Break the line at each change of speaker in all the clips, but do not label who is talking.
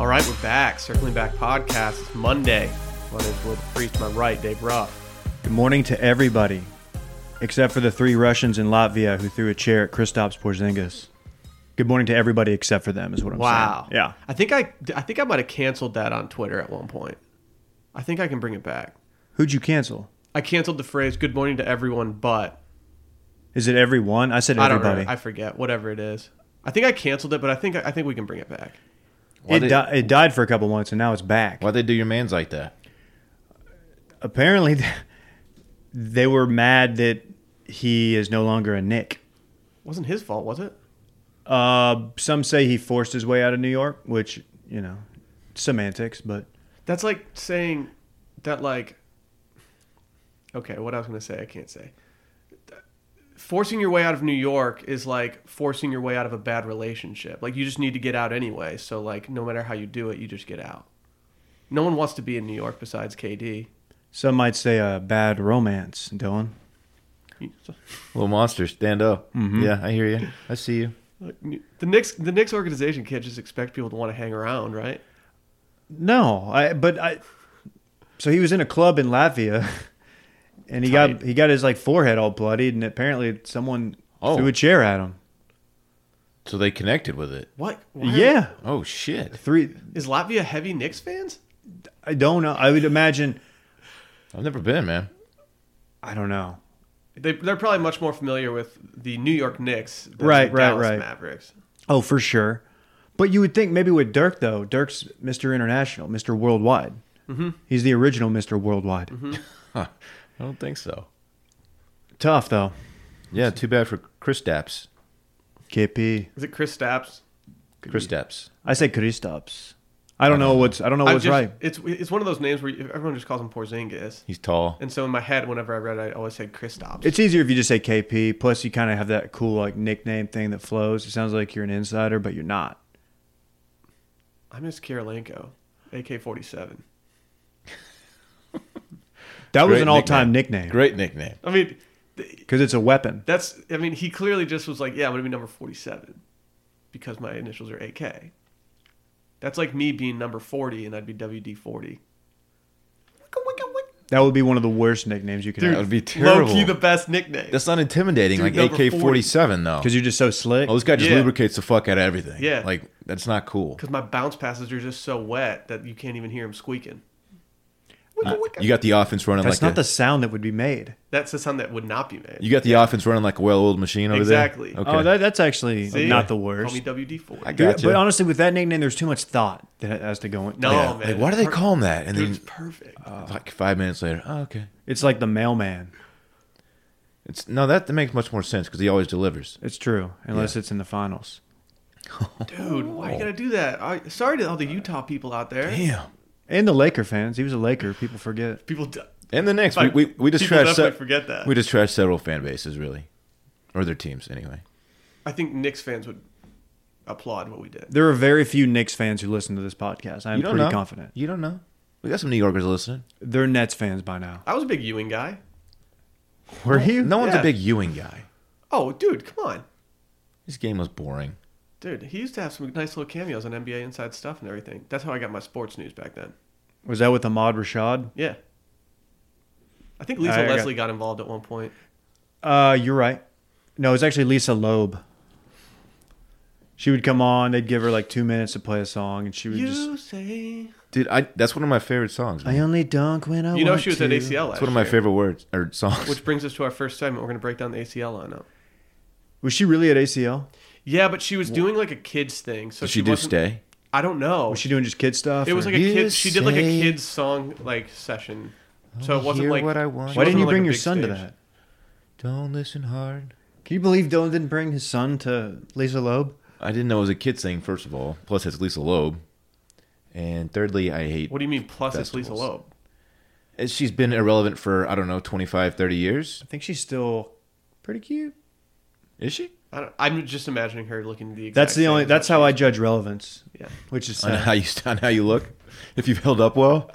All right, we're back. Circling Back Podcast. It's Monday. My name's Will the Priest. My right, Dave Ruff.
Good morning to everybody, except for the three Russians in Latvia who threw a chair at Kristaps Porzingis. Good morning to everybody except for them is what I'm
Wow.
saying. Yeah.
I think I I think I might have canceled that on Twitter at one point. I think I can bring it back.
Who'd you cancel?
I canceled the phrase "Good morning to everyone," but
Is it everyone? I said
I don't
everybody.
know. I forget whatever it is. I think I canceled it, but I think I think we can bring it back.
it,
did-
di- it died for a couple months and now it's back.
Why'd they do your man's like that?
Apparently, they were mad that he is no longer a Nick.
wasn't his fault, was it?
Uh, some say he forced his way out of New York, which, you know, semantics, but
That's like saying that like okay, what I was going to say I can't say. Forcing your way out of New York is like forcing your way out of a bad relationship. Like you just need to get out anyway, so like no matter how you do it, you just get out. No one wants to be in New York besides KD.
some might say a bad romance, Dylan.
You-
Little monster, stand up. Yeah, I hear you. I see you.
like, The Knicks the Knicks organization can't just expect people to want to hang around, right?
No, I but I. So he was in a club in Latvia, and he got he got his like forehead all bloodied, and apparently someone
Oh.
threw a chair at him.
So they connected with it.
What? Why are-
yeah,
Oh shit!
three.
Is Latvia heavy Knicks fans?
I don't know. I would imagine.
I've never been, man.
I don't know.
They, they're probably much more familiar with the New York Knicks than
Right,
the
right,
Dallas
right.
Mavericks.
Oh, for sure. But you would think maybe with Dirk though. Dirk's Mister International, Mister Worldwide. Mm-hmm. He's the original Mister Worldwide.
Huh. I don't think so.
Tough though.
Yeah, too bad for Chris Stapps.
KP.
Is it Chris Stapps?
Chris Stapps.
I say Kristaps. I don't know what's I
Oh,
don't know
I'm
what's
just-
right.
It's it's one of those names where you- everyone just calls him Porzingis,
He's tall.
and so in my head, whenever I read, it, I always said Kristaps.
It's easier if you just say KP. Plus, you kind of have that cool like nickname thing that flows. It sounds like you're an insider, but you're not.
I miss Kirilenko, AK forty seven.
That was
Great
an all-time nickname
Great nickname.
I mean, th-
because it's a weapon.
that's I mean he clearly just was like, yeah, I'm gonna be number forty seven because my initials are AK. That's like me being number forty and I'd be WD forty.
That would be one of the worst nicknames you could
Dude.
have
would be terrible.
Low key, the best nickname.
That's not intimidating.
Dude,
like
number
AK forty seven though.
because you're just so slick.
Oh, this guy just
Yeah.
lubricates the fuck out of everything.
Yeah.
like that's not cool.
Because my bounce passes are just so wet that you can't even hear him squeaking.
You got the offense running
That's
like
not
a,
the sound that would be made.
That's the sound that would not be made.
You got the offense running like a well-oiled machine over
Exactly.
there.
Oh, that, that's actually
See?
not the
Call
worst.
me WD40.
I
Dude,
got
But honestly, with that nickname, there's too much thought that has to go in.
No,
Like,
Oh, man.
Like, why do they call him that? And
Dude, it's
then
perfect.
like five minutes later, oh, okay.
it's like the mailman.
It's no, that, that makes much more sense because he always delivers.
It's true, unless it's in the finals.
Dude, why you gotta do that? I, sorry to all the Utah people out there.
Damn.
And the Laker fans. He was a Laker. People forget.
People, d-
And the next, we,
Like,
we, we just
people
trashed.
definitely
se-
forget that.
We just trashed several fan bases, really, or their teams, anyway.
I think Knicks fans would applaud what we did.
There are very few Knicks fans who listen to this podcast. I'm
You don't
pretty
know.
confident.
You don't know. We got some New Yorkers listening.
They're Nets fans by now.
I was a big Ewing guy.
Were you?
No one's
Yeah.
a big Ewing guy.
Oh, dude, come on.
This game was boring.
Dude, he used to have some nice little cameos on NBA Inside stuff and everything. That's how I got my sports news back then.
Was that with Ahmad Rashad?
Yeah. I think Lisa
I got-
Leslie got involved at one point.
Uh, you're right. No, it's actually Lisa Loeb. She would come on. They'd give her like two minutes to play a song, and she would
You
just.
say.
Dude, I that's one of my favorite songs.
I
Man.
only dunk when I.
You know
want
she was
to.
at ACL last
It's one of my
year.
favorite words or songs.
Which brings us to our first segment. We're going to break down the ACL lineup.
Was she really at ACL?
Yeah, but she was doing like a kids thing, so
Did
she,
she do
wasn't-
stay?
I don't know.
Was she doing just kid stuff?
it was
or-
like a
You
kids. She did like a
say-
kids song like session, so it wasn't
hear
like.
what I want.
she
Why
wasn't
didn't you
on, like,
bring
a
your
big
son to
stage.
that?
Don't listen hard.
Can you believe Dylan didn't bring his son to Lisa Loeb?
I didn't know it was a kid thing. First of all, plus it's Lisa Loeb, and thirdly, I hate.
What do you mean? Plus, it's Lisa
Festivals.
Loeb.
And She's been irrelevant for I don't know 25, 30 years.
I think she's still pretty cute.
Is she?
I don't, I'm just imagining her looking the. Exact
That's the
same
only.
as
That's
what
how I
she-
judge relevance.
Yeah.
Which is
on
sad.
how you on how you look. If you've held up well,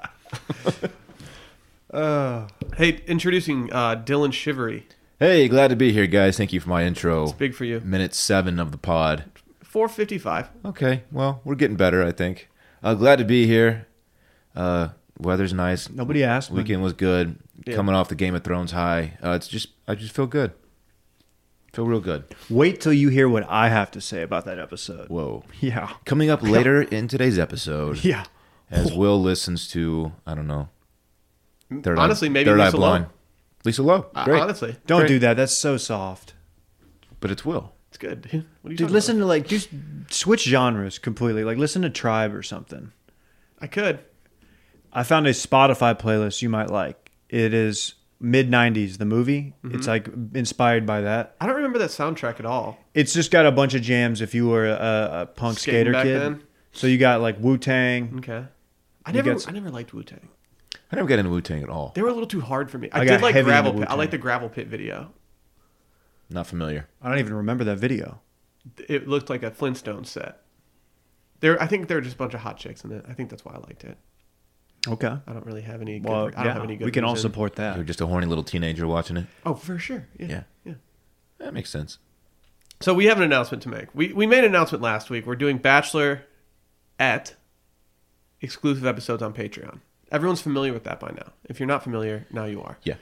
Hey, introducing uh, Dylan Shivery.
hey, glad to be here, guys. Thank you for my intro.
Big for you.
Minute seven of the pod.
Four fifty-five.
Okay, well, we're getting better, I think. Uh, glad to be here. Uh, weather's nice.
Nobody asked. man.
Weekend was good.
Yeah.
Coming off the Game of Thrones high. Uh, it's just I just feel good. Feel real good.
Wait till you hear what I have to say about that episode.
Whoa.
Yeah.
Coming up later in today's episode,
Yeah.
as Will listens to I don't know. Third
Honestly, maybe Lisa Loeb.
Lisa Loeb.
I-
Great.
honestly,
Don't
Great.
do that. That's so soft.
But it's Will.
it's good. Dude, what are you
Dude,
talking
listen to like just switch genres completely. Like listen to Tribe or something.
About? I could.
I found a Spotify playlist you might like. It is mid '90s, the movie. It's like inspired by that.
I don't remember that soundtrack at all.
It's just got a bunch of jams. If you were a, a punk
Skating
skater
back
kid,
then?
so you got like Wu Tang.
Okay. I
You
never,
got s-
I never liked Wu Tang.
I never got into Wu Tang at all.
They were a little too hard for me. I,
I
did
got
like
heavy
gravel
into
pit. I
Wu-Tang.
like the gravel pit video.
Not familiar.
I don't even remember that video.
It looked like a Flintstone set. There, I think there were just a bunch of hot chicks in it. I think that's why I liked it.
Okay.
I don't really have any. Good,
Well,
I don't
yeah,
have any good.
we can all
reason.
support
You're
that.
just a horny little teenager watching it.
Oh, for sure. Yeah.
Yeah.
yeah.
That makes sense.
So we have an announcement to make. We we made an announcement last week. We're doing Bachelor at exclusive episodes on Patreon. Everyone's familiar with that by now. If you're not familiar, now you are.
Yeah.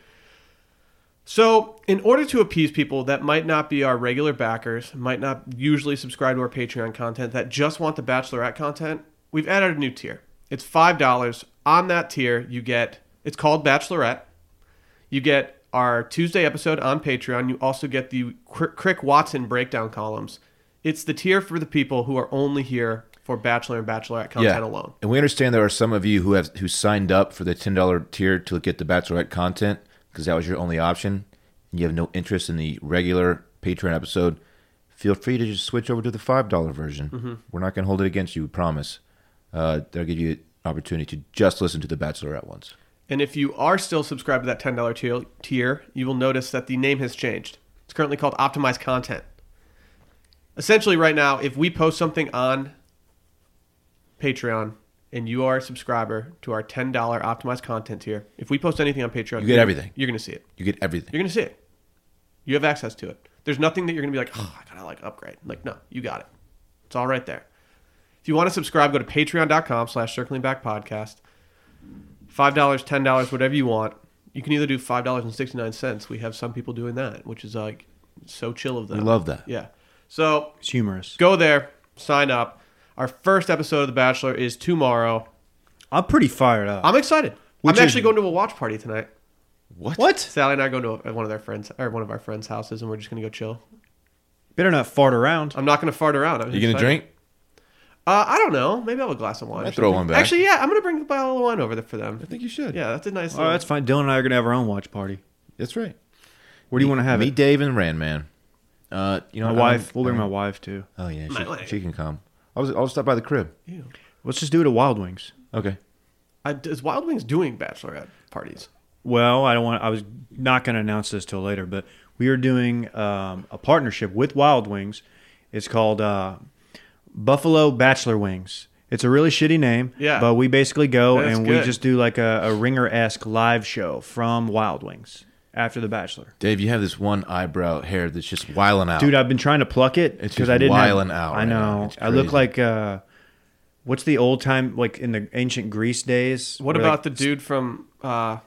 So, in order to appease people that might not be our regular backers, might not usually subscribe to our Patreon content, that just want the Bachelorette content, we've added a new tier. It's $5. On that tier, you get, it's called Bachelorette. You get our Tuesday episode on Patreon. You also get the Cr- Crick Watson breakdown columns. It's the tier for the people who are only here for Bachelor and Bachelorette content alone.
And we understand there are some of you who have who signed up for the ten dollar tier to get the Bachelorette content because that was your only option. And you have no interest in the regular Patreon episode. Feel free to just switch over to the five dollar version.
Mm-hmm.
We're not going to hold it against you. We promise. Uh, they'll give you an opportunity to just listen to the Bachelorette ones.
And if you are still subscribed to that $10 tier, tier, you will notice that the name has changed. It's currently called Optimized Content. Essentially, right now, if we post something on Patreon and you are a subscriber to our $10 Optimized Content tier, if we post anything on Patreon,
You get everything.
You're going to see it.
You get everything.
You're going to see it. You have access to it. There's nothing that you're going to be like, oh, I got to like upgrade. Like, no, you got it. It's all right there. If you want to subscribe, go to patreon.com slash circling back podcast. $5, $10, whatever you want. You can either do $5.69. We have some people doing that, which is like so chill of them.
We love that.
Yeah. So
It's humorous.
go there, sign up. Our first episode of The Bachelor is tomorrow.
I'm pretty fired up.
I'm excited.
Which
I'm
is-
actually going to a watch party tonight.
What?
what?
Sally and I are going to one of their friends or one of our friends' houses, and we're just going to go chill.
Better not fart around.
I'm not going to fart around. I'm
You going to
excited.
drink?
Uh, I don't know. Maybe I'll have a glass of wine.
Might
or
throw
something.
one back.
Actually, yeah, I'm going to bring a bottle of wine over there for them.
I think you should.
Yeah, that's a nice.
Oh,
little-
that's fine. Dylan and I are gonna have our own watch party.
that's right.
Where do you want to have
Me,
it?
Dave, and Rand, man. Uh, you know,
My
I don't-
wife. We'll bring
I
my
don't-
wife too.
Oh yeah,
My
she,
wife.
she can come. I was. I'll stop by the crib.
Ew.
Let's just do it at Wild Wings.
Okay.
I, is Wild Wings doing bachelorette parties?
Well, I don't want. I was not going to announce this till later, but we are doing um, a partnership with Wild Wings. It's called uh, Buffalo Bachelor Wings. It's a really shitty name,
Yeah.
But we basically go
That's
and we
good.
just do like a, a ringer esque live show from Wild Wings after the Bachelor.
Dave, you have this one eyebrow hair that's just wiling out.
Dude, I've been trying to pluck it
It's
because
just
I didn't. have-
wiling out
I
right now.
know.
It's
I look
crazy.
like uh, what's the old time like in the ancient Greece days?
What
where,
about
like,
the dude from uh,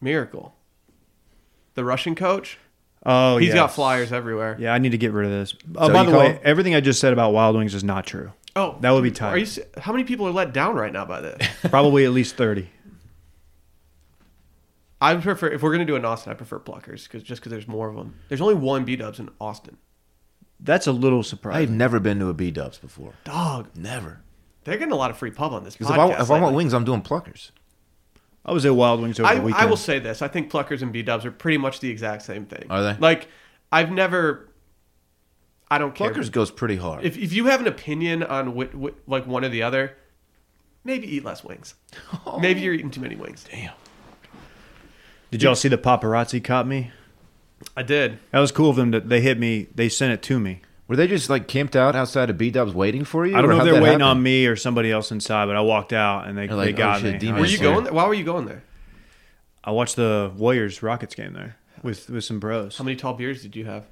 Miracle, the Russian coach?
Oh,
He's
yeah.
got flyers everywhere.
Yeah, I need to get rid of this. Uh,
So
by
you
the
call-
way, everything I just said about Wild Wings is not true.
Oh,
That would be tight.
Are you? se- How many people are let down right now by this?
Probably at least 30.
I prefer if we're going to do it in Austin, I prefer pluckers because just because there's more of them. There's only one B Dubs in Austin.
That's a little
I've
surprising.
never been to a B Dubs before.
Dog,
Never.
they're getting a lot of free pub on this podcast.
Because if, I, if I
lately.
want wings, I'm doing pluckers.
I was at Wild Wings over
I,
the
I
weekend.
will say this: I think pluckers and B dubs are pretty much the exact same thing.
Are they?
Like, I've never. I don't care.
Pluckers goes pretty hard.
If if you have an opinion on whi whi like one or the other, maybe eat less wings. Maybe you're eating too many wings.
Damn.
Did y'all see the paparazzi caught me?
I did.
That was cool of them. To, they hit me. They sent it to me.
Were they just like camped out outside of B Dubs waiting for you?
I don't know
or
if
how'd
they're
that
waiting on
happen?
me or somebody else inside, but I walked out and they,
They're
they
like,
got
"Oh, shit,
me.
demons
I
Were
was
you
sir.
like-
going? There? Why were you going there?
I watched the Warriors Rockets game there with, with some bros.
How many tall beers did you have?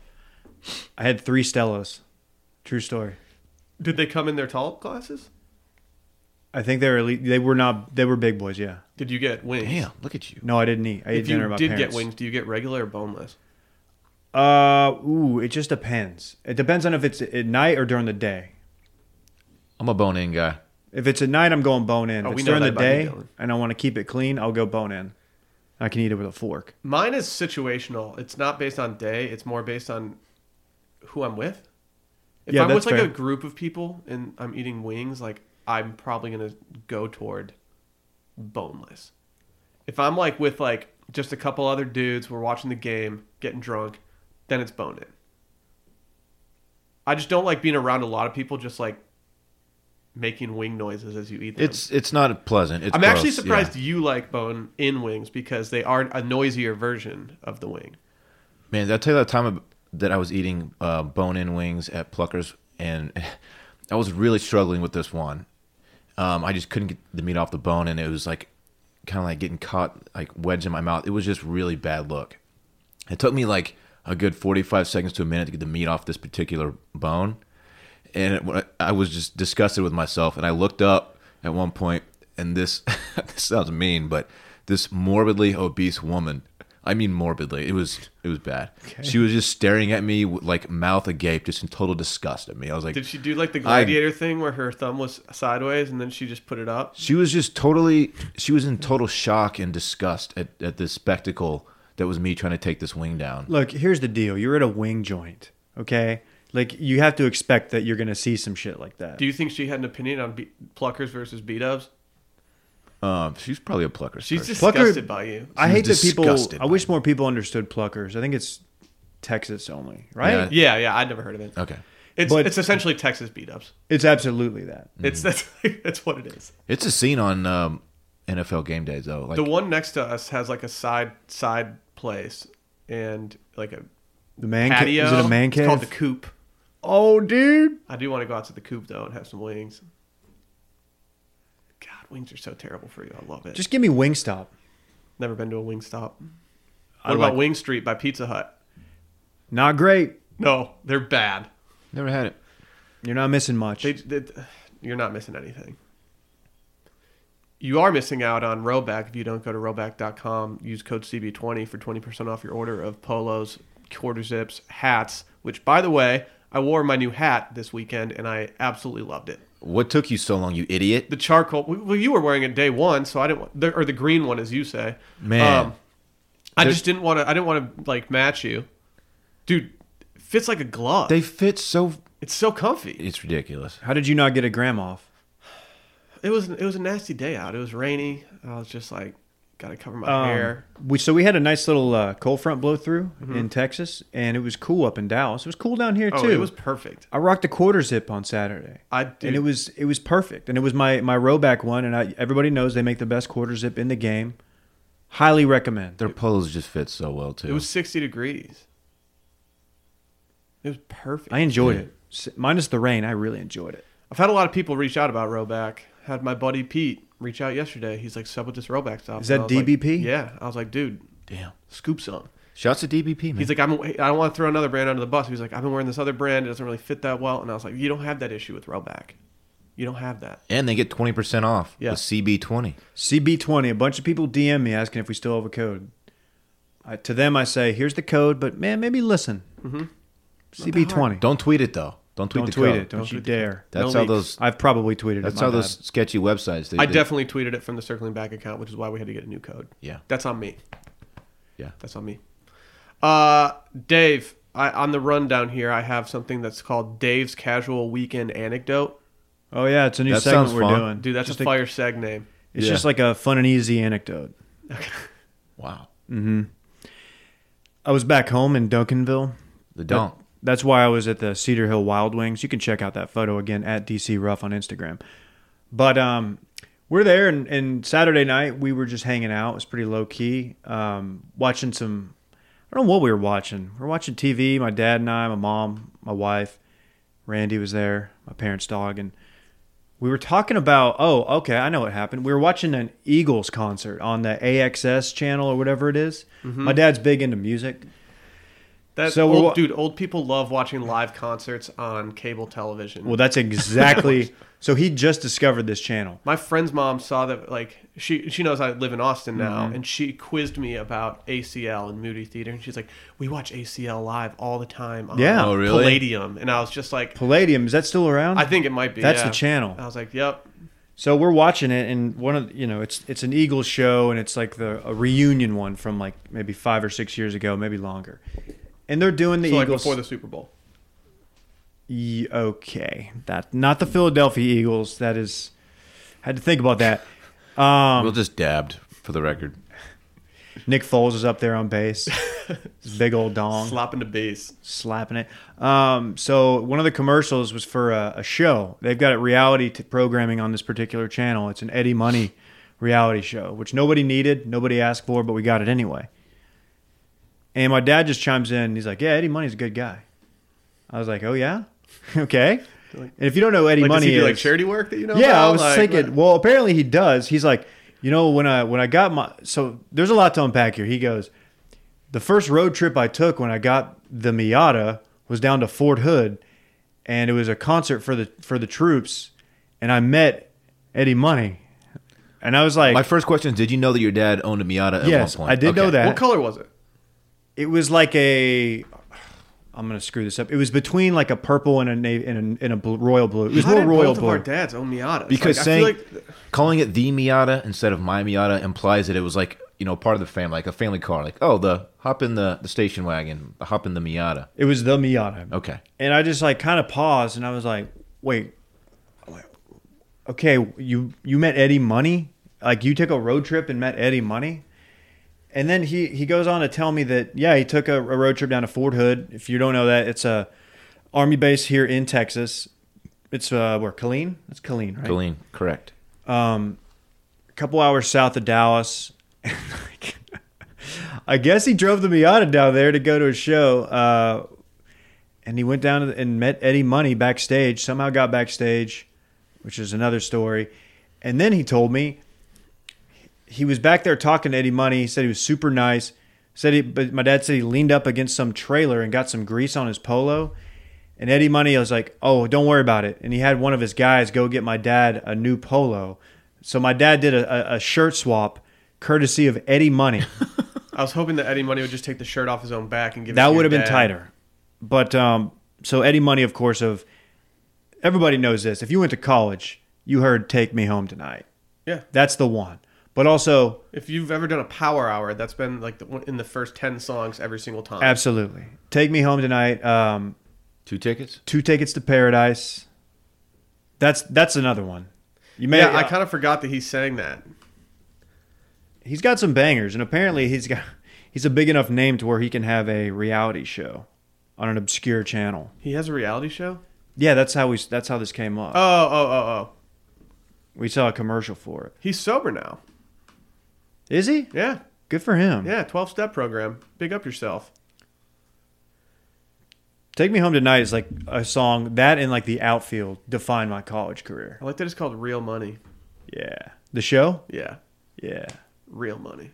I had three Stellas. True story.
Did they come in their tall glasses?
I think they were elite, they were not they were big boys. Yeah.
Did you get wings?
Damn, look at you.
No, I didn't eat. I ate
If
dinner.
you
at my
did get
parents.
wings, do you get regular or boneless?
Uh, ooh, it just depends. It depends on if it's at night or during the day.
I'm a bone in guy.
If it's at night, I'm going bone in.
Oh,
if
we
it's
know
during
that
the
about you,
day
Dylan.
and I want to keep it clean, I'll go bone in. I can eat it with a fork.
Mine is situational. It's not based on day. It's more based on who I'm with. If
Yeah,
I'm with
that's
like a
fair.
group of people and I'm eating wings, like I'm probably gonna go toward boneless. If I'm like with like just a couple other dudes, we're watching the game, getting drunk, then it's bone in. I just don't like being around a lot of people, just like making wing noises as you eat them.
It's it's not pleasant. It's
I'm actually
gross, yeah.
surprised you like bone in wings because they are a noisier version of the wing.
Man, did I tell you that time ab- that I was eating uh, bone-in wings at Pluckers, and I was really struggling with this one. Um, I just couldn't get the meat off the bone, and it was like kind of like getting caught, like wedged in my mouth. It was just really bad look. It took me like a good 45 seconds to a minute to get the meat off this particular bone, and it, when I I was just disgusted with myself. And I looked up at one point, and this this sounds mean, but this morbidly obese woman. I mean morbidly. It was it was bad. She was just staring at me with, like mouth agape, just in total disgust at me. I was like,
Did she do like the gladiator thing where her thumb was sideways and then she just put it up?
She was just totally. She was in total shock and disgust at, at this spectacle that was me trying to take this wing down.
Look, here's the deal. You're at a wing joint, okay? Like you have to expect that you're gonna see some shit like that.
Do you think she had an opinion on be- pluckers versus beat ups?
Um, she's probably a plucker.
She's
person.
Plucker-
disgusted by you.
I hate that people.
disgusted
I
by
wish more people understood pluckers. I think it's Texas only, right?
Yeah.
Yeah, yeah, I'd never heard of it.
okay.
It's
But- Mm.
it's essentially Texas beat ups.
It's absolutely that.
It's that's that's what it is.
It's a scene on um, NFL game days though. Like
The one next to us has like a side side place and like a
The man ca-
patio.
is it a man
It's called
cave?
the coop.
oh, dude.
I do want to go out to the coop though and have some wings. God, wings are so terrible for you. I love it.
Just give me Wingstop.
never been to a wing stop. What
I
about
like-
Wing Street by Pizza Hut?
Not great.
No, they're bad.
never had it.
You're not missing much.
They, they, you're not missing anything. You are missing out on Roback if you don't go to roback.com. Use code CB20 for 20% off your order of polos, quarter zips, hats, which, by the way, I wore my new hat this weekend and I absolutely loved it.
What took you so long, you idiot?
The charcoal, well, you were wearing it day one, so I didn't, want- the- or the green one, as you say. Um,
Man.
I
There's-
just didn't want to, I didn't want to like match you. Dude, it fits like a glove.
They fit so.
it's so comfy.
It's ridiculous.
How did you not get a gram off?
It was it was a nasty day out. It was rainy. I was just like, gotta cover my
Um,
hair.
We so we had a nice little uh, cold front blow through in Texas, and it was cool up in Dallas. It was cool down here
Mm-hmm. Oh,
too.
it was perfect.
I rocked a quarter zip on Saturday.
I did.
and it was it was perfect, and it was my my rowback one. And I, everybody knows they make the best quarter zip in the game. Highly recommend.
Their polos just fit so well too.
It was sixty degrees. It was perfect.
I
I,
enjoyed it, S- minus the rain. I really enjoyed it.
have had a lot of people reach out about Roback. Had my buddy Pete reach out yesterday. He's like, sub with this Roback stuff.
Is that
And I was like-
DBP?
yeah. I was like, dude,
Damn.
scoop some.
Shouts to DBP man.
He's like, I'm. I don't want to throw another brand under the bus. He's like, I've been wearing this other brand. It doesn't really fit that well. And I was like, you don't have that issue with Roback. You don't have that.
and they get twenty percent off.
Yeah.
With CB twenty.
CB20. A bunch of people DM me asking if we still have a code. I, to them, I say, "Here's the code," but man, maybe listen.
Mm-hmm.
CB20.
Don't tweet it though. Don't tweet
Don't
the
tweet
code.
it. Don't,
Don't
you
tweet the code.
dare.
No
That's how
leaks.
those.
I've probably tweeted it.
That's
my
how
bad.
those sketchy websites. They,
I
they-
definitely tweeted it from the Circling Back account, which is why we had to get a new code.
Yeah.
That's on me.
Yeah.
That's on me. Uh, Dave, I, on the rundown here, I have something that's called Dave's Casual Weekend Anecdote.
Oh yeah, it's a new
That
segment
sounds
we're
fun.
doing.
Dude, that's
Just
a fire seg name.
It's
Yeah.
just like a fun and easy anecdote.
Wow.
I was back home in Duncanville.
The donk.
That's why I was at the Cedar Hill Wild Wings. You can check out that photo again at DC Ruff on Instagram. But um, we're there, and, and Saturday night we were just hanging out. It was pretty low key, um, watching some. I don't know what we were watching. We were watching TV. My dad and I, my mom, my wife, Randy was there, my parents' dog, and we were talking about. Oh, okay, I know what happened. We were watching an Eagles concert on the AXS channel or whatever it is. My dad's big into music.
That's
So we're
old,
wa-
dude, old people love watching live concerts on cable television.
Well, that's exactly. So he just discovered this channel.
My friend's mom saw that like she she knows I live in Austin now
Mm-hmm.
and she quizzed me about ACL and Moody Theater and she's like, "We watch ACL live all the time on
Yeah. Oh,
really?
Palladium." And I was just like,
Palladium is that still around?
"I think it might be."
That's the
yeah.
channel.
I was like, "Yep."
So we're watching it, and one of the- you know it's it's an Eagles show, and it's like the a reunion one from like maybe five or six years ago, maybe longer. And they're doing the
So like
Eagles.
before the Super Bowl.
Ye- okay, that not the Philadelphia Eagles. That is, had to think about that. Um,
we'll just dabbed for the record.
Nick Foles is up there on bass, His big old dong.
Slapping the bass.
slapping it. Um, so one of the commercials was for a, a show. They've got it reality t- programming on this particular channel. It's an Eddie Money reality show, which nobody needed, nobody asked for, but we got it anyway. And my dad just chimes in. And he's like, "Yeah, Eddie Money's a good guy." I was like, "Oh yeah, okay." And if you don't know who Eddie
Like does
Money,
he do like
is-
charity work that you know
yeah,
about?
I was
Like,
thinking. Well, apparently he does. He's like, you know, when I when I got my so there's a lot to unpack here. He goes, the first road trip I took when I got the Miata was down to Fort Hood, and it was a concert for the for the troops, and I met Eddie Money, and I was like,
My first question is: Did you know that your dad owned a Miata? At
Yes,
one point?
I did know
Okay.
that.
What color was it?
it was like a. I'm gonna screw this up. It was between like a purple and a na- and a, and a bl- royal blue. It was
How
more
did
royal
both of our
blue.
dads own Miatas?
Because
Like,
saying
I feel like
calling it the Miata instead of my Miata implies that it was like you know part of the family, like a family car. Like oh, the hop in the, the station wagon, the hop in the Miata.
It was the Miata.
Okay,
and I just like kind of paused and I was like, wait, okay, you you met Eddie Money, like you took a road trip and met Eddie Money, and then he he goes on to tell me that yeah, he took a, a road trip down to Fort Hood. If you don't know that, it's a army base here in Texas. It's uh where Killeen, that's Killeen, right?
Colleen, correct.
A couple hours south of Dallas. Like, I guess he drove the Miata down there to go to a show. Uh, and he went down to the- and met Eddie Money backstage. Somehow got backstage, which is another story. And then he told me he was back there talking to Eddie Money. He said he was super nice. Said he, but my dad said he leaned up against some trailer and got some grease on his polo. And Eddie Money was like, "Oh, don't worry about it." And he had one of his guys go get my dad a new polo. So my dad did a, a, a shirt swap, courtesy of Eddie Money.
I was hoping that Eddie Money would just take the shirt off his own back and give it to
that
your
would have been
dad.
tighter. But um, so Eddie Money, of course, of everybody knows this. If you went to college, you heard "Take Me Home Tonight."
Yeah.
That's the one. But also,
If you've ever done a power hour, that's been like the, one- in the first ten songs every single time.
absolutely, "Take Me Home Tonight." Um,
Two tickets.
two tickets to paradise. That's that's another one. You may. uh,
yeah, I kind of forgot that he sang that.
he's got some bangers, and apparently he's got he's a big enough name to where he can have a reality show on an obscure channel.
He has a reality show.
Yeah, that's how we that's how this came up.
Oh, oh, oh, oh!
we saw a commercial for it.
He's sober now.
Is he?
Yeah,
Good for him.
yeah. Twelve step program. Big up yourself.
Take Me Home Tonight is like a song that and like the outfield define my college career.
I like that it's called Real Money.
Yeah. The show?
Yeah,
Yeah.
Real Money.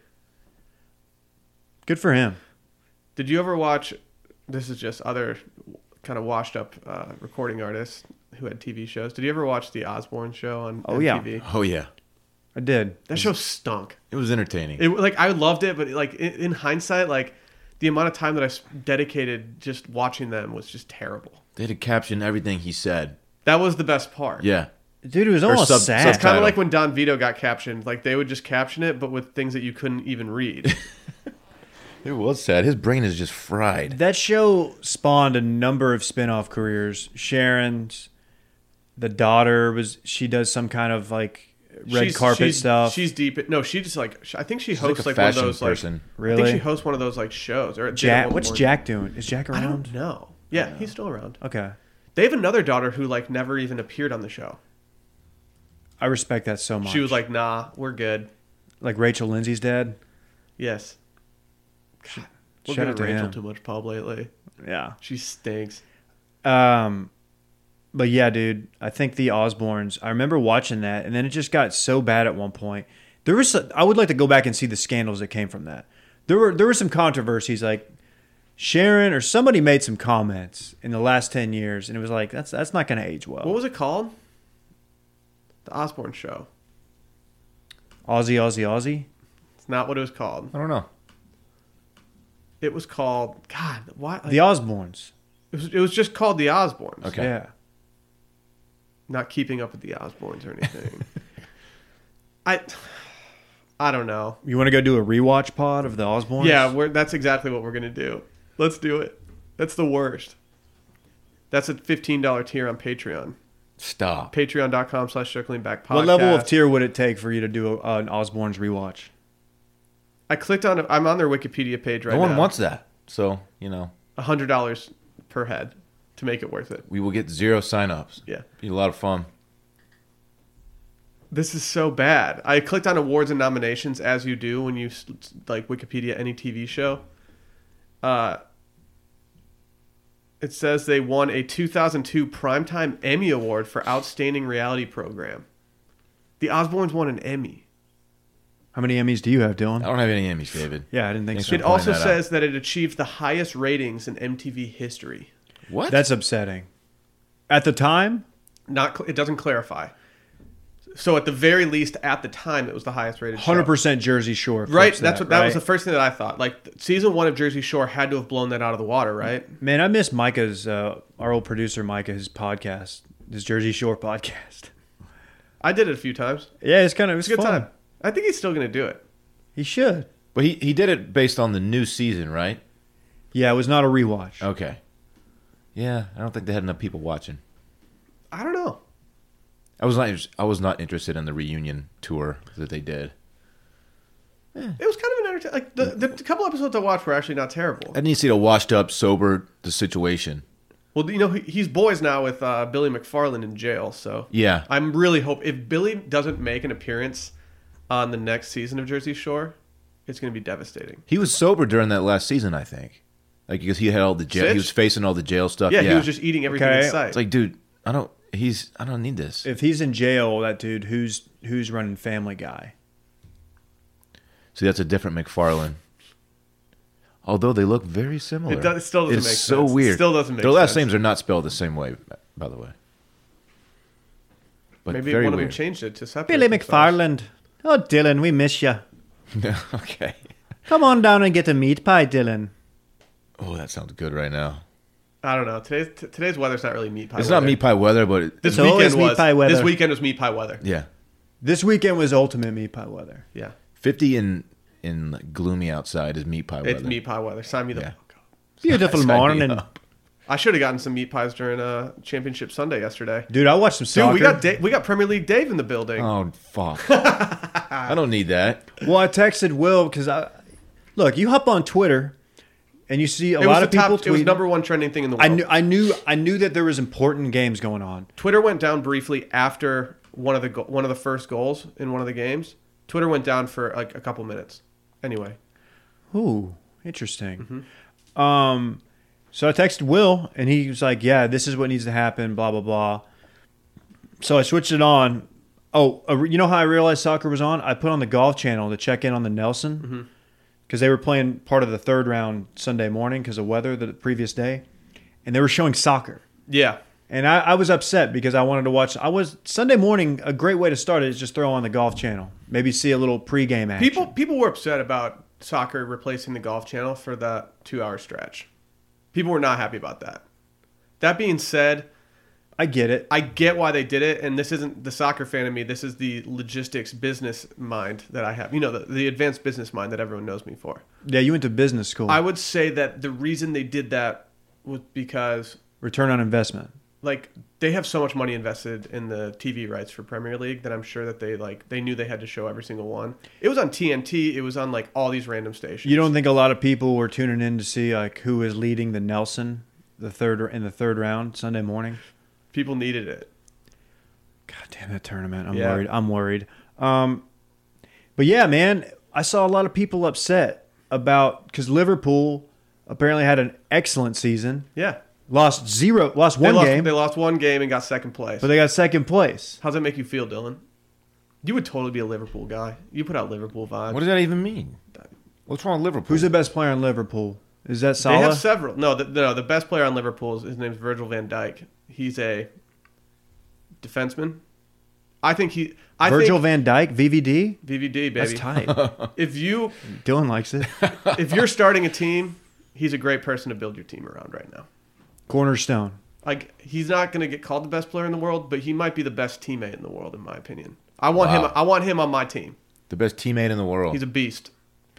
Good for him.
Did you ever watch? This is just other kind of washed up uh, recording artists who had TV shows. Did you ever watch the Osbourne show on
Oh, yeah.
MTV?
Oh yeah,
I did.
That show stunk.
it was entertaining.
It like I loved it, but like in, in hindsight, like the amount of time that I s- dedicated just watching them was just terrible.
they had to caption everything he said.
That was the best part.
Yeah,
Dude, it was
Or
almost
sub-
sad.
It's kind of
Title.
like when Don Vito got captioned. Like they would just caption it, but with things that you couldn't even read.
it was sad. His brain is just fried.
That show spawned a number of spin-off careers. Sharon's the daughter was she does some kind of like red
She's-
carpet
she's-
stuff.
She's deep. in- No, she just like sh- I think she
He's like
hosts
a
like, one of
fashion
those
person.
like. I
Really?
think she hosts one of those like shows or did
Jack,
one
what's
more-
Jack doing? Is Jack
I
around?
don't know. Yeah, he's still around.
Okay.
They have another daughter who like never even appeared on the show.
I respect that so much.
She was like, "Nah, we're good."
like Rachel Lindsay's dad.
Yes, we're
Shout
gonna
out to
Rachel
him.
too much, Paul. Lately,
Yeah.
she stinks.
Um, but yeah, dude, I think the Osbournes. I remember watching that, and then it just got so bad at one point. There was, some- I would like to go back and see the scandals that came from that. There were there were some controversies, like Sharon or somebody made Oh. some comments in the last ten years, and it was like that's that's not going to age well.
What was it called? The Osborne Show.
Aussie, Aussie, Aussie.
It's not what it was called.
I don't know.
It was called God. Why?
The Osbournes.
it, was, it was just called the Osbournes.
Okay.
Yeah.
Not keeping up with the Osbournes or anything. I, I don't know.
You want to go do a rewatch pod of the Osbournes?
Yeah, we're, that's exactly what we're gonna do. Let's do it. That's the worst. That's a fifteen dollar tier on Patreon.
Stop.
Patreon.com slash circling back podcast.
What level of tier would it take for you to do a, an Osbournes rewatch?
I clicked on. I'm on their Wikipedia page right
no one
now.
wants that. So, you know,
hundred dollars per head to make it worth it.
we will get zero signups.
Yeah.
Be a lot of fun.
This is so bad. I clicked on awards and nominations as you do when you s- like Wikipedia any TV show. Uh, it says they won a 2002 Primetime Emmy Award for Outstanding Reality Program. The Osbournes won an Emmy.
How many Emmys do you have, Dylan?
I don't have any Emmys, David.
Yeah, Uh, I didn't think
Thanks
so.
it
point
also
that out.
says that it achieved the highest ratings in MTV history.
What?
That's upsetting. At the time,
Not cl- it doesn't clarify. So at the very least, at the time, it was the highest rated. show.
hundred percent Jersey Shore.
Right,
flips
that's what that was the
right?
first thing that I thought. Like th- season one of Jersey Shore had to have blown that out of the water, right?
Man, I miss Micah's uh, our old producer Micah his podcast, his Jersey Shore podcast.
I did it a few times.
Yeah, it's kind of it's,
It's a good
fun.
time. I think he's still gonna do it.
He should.
but he, he did it based on the new season, right?
Yeah, it was not a rewatch.
Oh.
Okay. Yeah, I don't think they had enough people watching.
I don't know.
I was not I was not interested in the reunion tour that they did.
It was kind of an entertain. Like the, the couple episodes I watched were actually not terrible.
I didn't see the washed up, sober the situation.
Well, you know he, he's boys now with uh, Billy McFarland in jail, so
Yeah.
I'm really hope if Billy doesn't make an appearance on the next season of Jersey Shore, it's gonna be devastating.
He was sober during that last season, I think. Like because he had all the jail,
Sitch?
he was facing all the jail stuff.
Yeah,
Yeah,
he was just eating everything
Okay.
in sight.
It's like, dude, I don't. He's I don't need this.
If he's in jail, that dude who's who's running Family Guy.
See, that's a different McFarlane. Although they look very similar,
It does- it still doesn't
It's
make
so
sense. It
weird.
still doesn't make
Their last
sense.
names are not spelled the same way, by the way. But
Maybe
very
one of them
weird.
changed it to separate.
Billy
themselves.
McFarland. Oh, Dylan, we miss you.
okay.
Come on down and get a meat pie, Dylan.
Oh, that sounds good right now.
I don't know. Today's t- today's weather's not really meat pie.
It's
weather.
not meat pie weather, but it,
This
It's always
weekend
meat
was
pie weather.
this weekend was meat pie weather.
yeah,
This weekend was ultimate meat pie weather.
Yeah,
fifty in in gloomy outside is meat pie weather.
it's meat pie weather. Sign me the
Yeah.
fuck up.
Beautiful
Sign me
morning,
up.
I should have gotten some meat pies during uh, championship Sunday yesterday.
dude. I watched some
Dude,
soccer. Uh,
we got da- we got Premier League Dave in the building.
Oh fuck! I don't need that.
Well, I texted Will because I look. You hop on Twitter, and you see a
it was
lot
the
of people
top.
tweeting.
It was number one trending thing in the world.
I knew, I knew, I knew that there was important games going on.
Twitter went down briefly after one of the go- one of the first goals in one of the games. Twitter went down for like a couple minutes. Anyway,
Ooh, interesting.
Mm-hmm.
Um, so I texted Will, and he was like, "Yeah, this is what needs to happen." Blah blah blah. So I switched it on. Oh, uh, you know how I realized soccer was on? I put on the golf channel to check in on the
Mm-hmm.
Nelson because they were playing part of the third round Sunday morning because of weather the previous day, and they were showing soccer.
yeah,
And I, I was upset because I wanted to watch. I was Sunday morning. A great way to start it is just throw on the golf channel. Maybe see a little pregame action.
people people were upset about soccer replacing the golf channel for that two hour stretch. People were not happy about that. That being said,
I get it.
I get why they did it, and this isn't the soccer fan in me. This is the logistics business mind that I have. You know, the, the advanced business mind that everyone knows me for.
Yeah, you went to business school.
I would say that the reason they did that was because,
Return on investment.
like, they have so much money invested in the TV rights for Premier League that I'm sure that they like they knew they had to show every single one. It was on TNT. It was on like all these random stations.
You don't think a lot of people were tuning in to see like who is leading the Nelson the third in the third round Sunday morning?
people needed it.
God damn that tournament! I'm
Yeah.
worried. I'm worried. Um, but yeah, man, I saw a lot of people upset about because Liverpool apparently had an excellent season,
Yeah,
lost zero, lost
they
one
lost,
game,
They lost one game and got second place.
but they got second place.
How's that make you feel, Dylan? You would totally be a Liverpool guy. You put out Liverpool vibes.
What does that even mean? What's wrong with Liverpool?
Who's the best player in Liverpool? Is that
They
Salah?
have several. No, the, no, the best player on Liverpool is his name's Virgil Van Dijk. He's a defenseman, I think he. I
Virgil
think
Van Dyke, VVD.
VVD baby.
That's tight.
If you
Dylan likes it.
if you're starting a team, he's a great person to build your team around right now.
Cornerstone.
Like he's not going to get called the best player in the world, but he might be the best teammate in the world, in my opinion. I want him.
Wow.
I want him on my team.
The best teammate in the world.
He's a beast.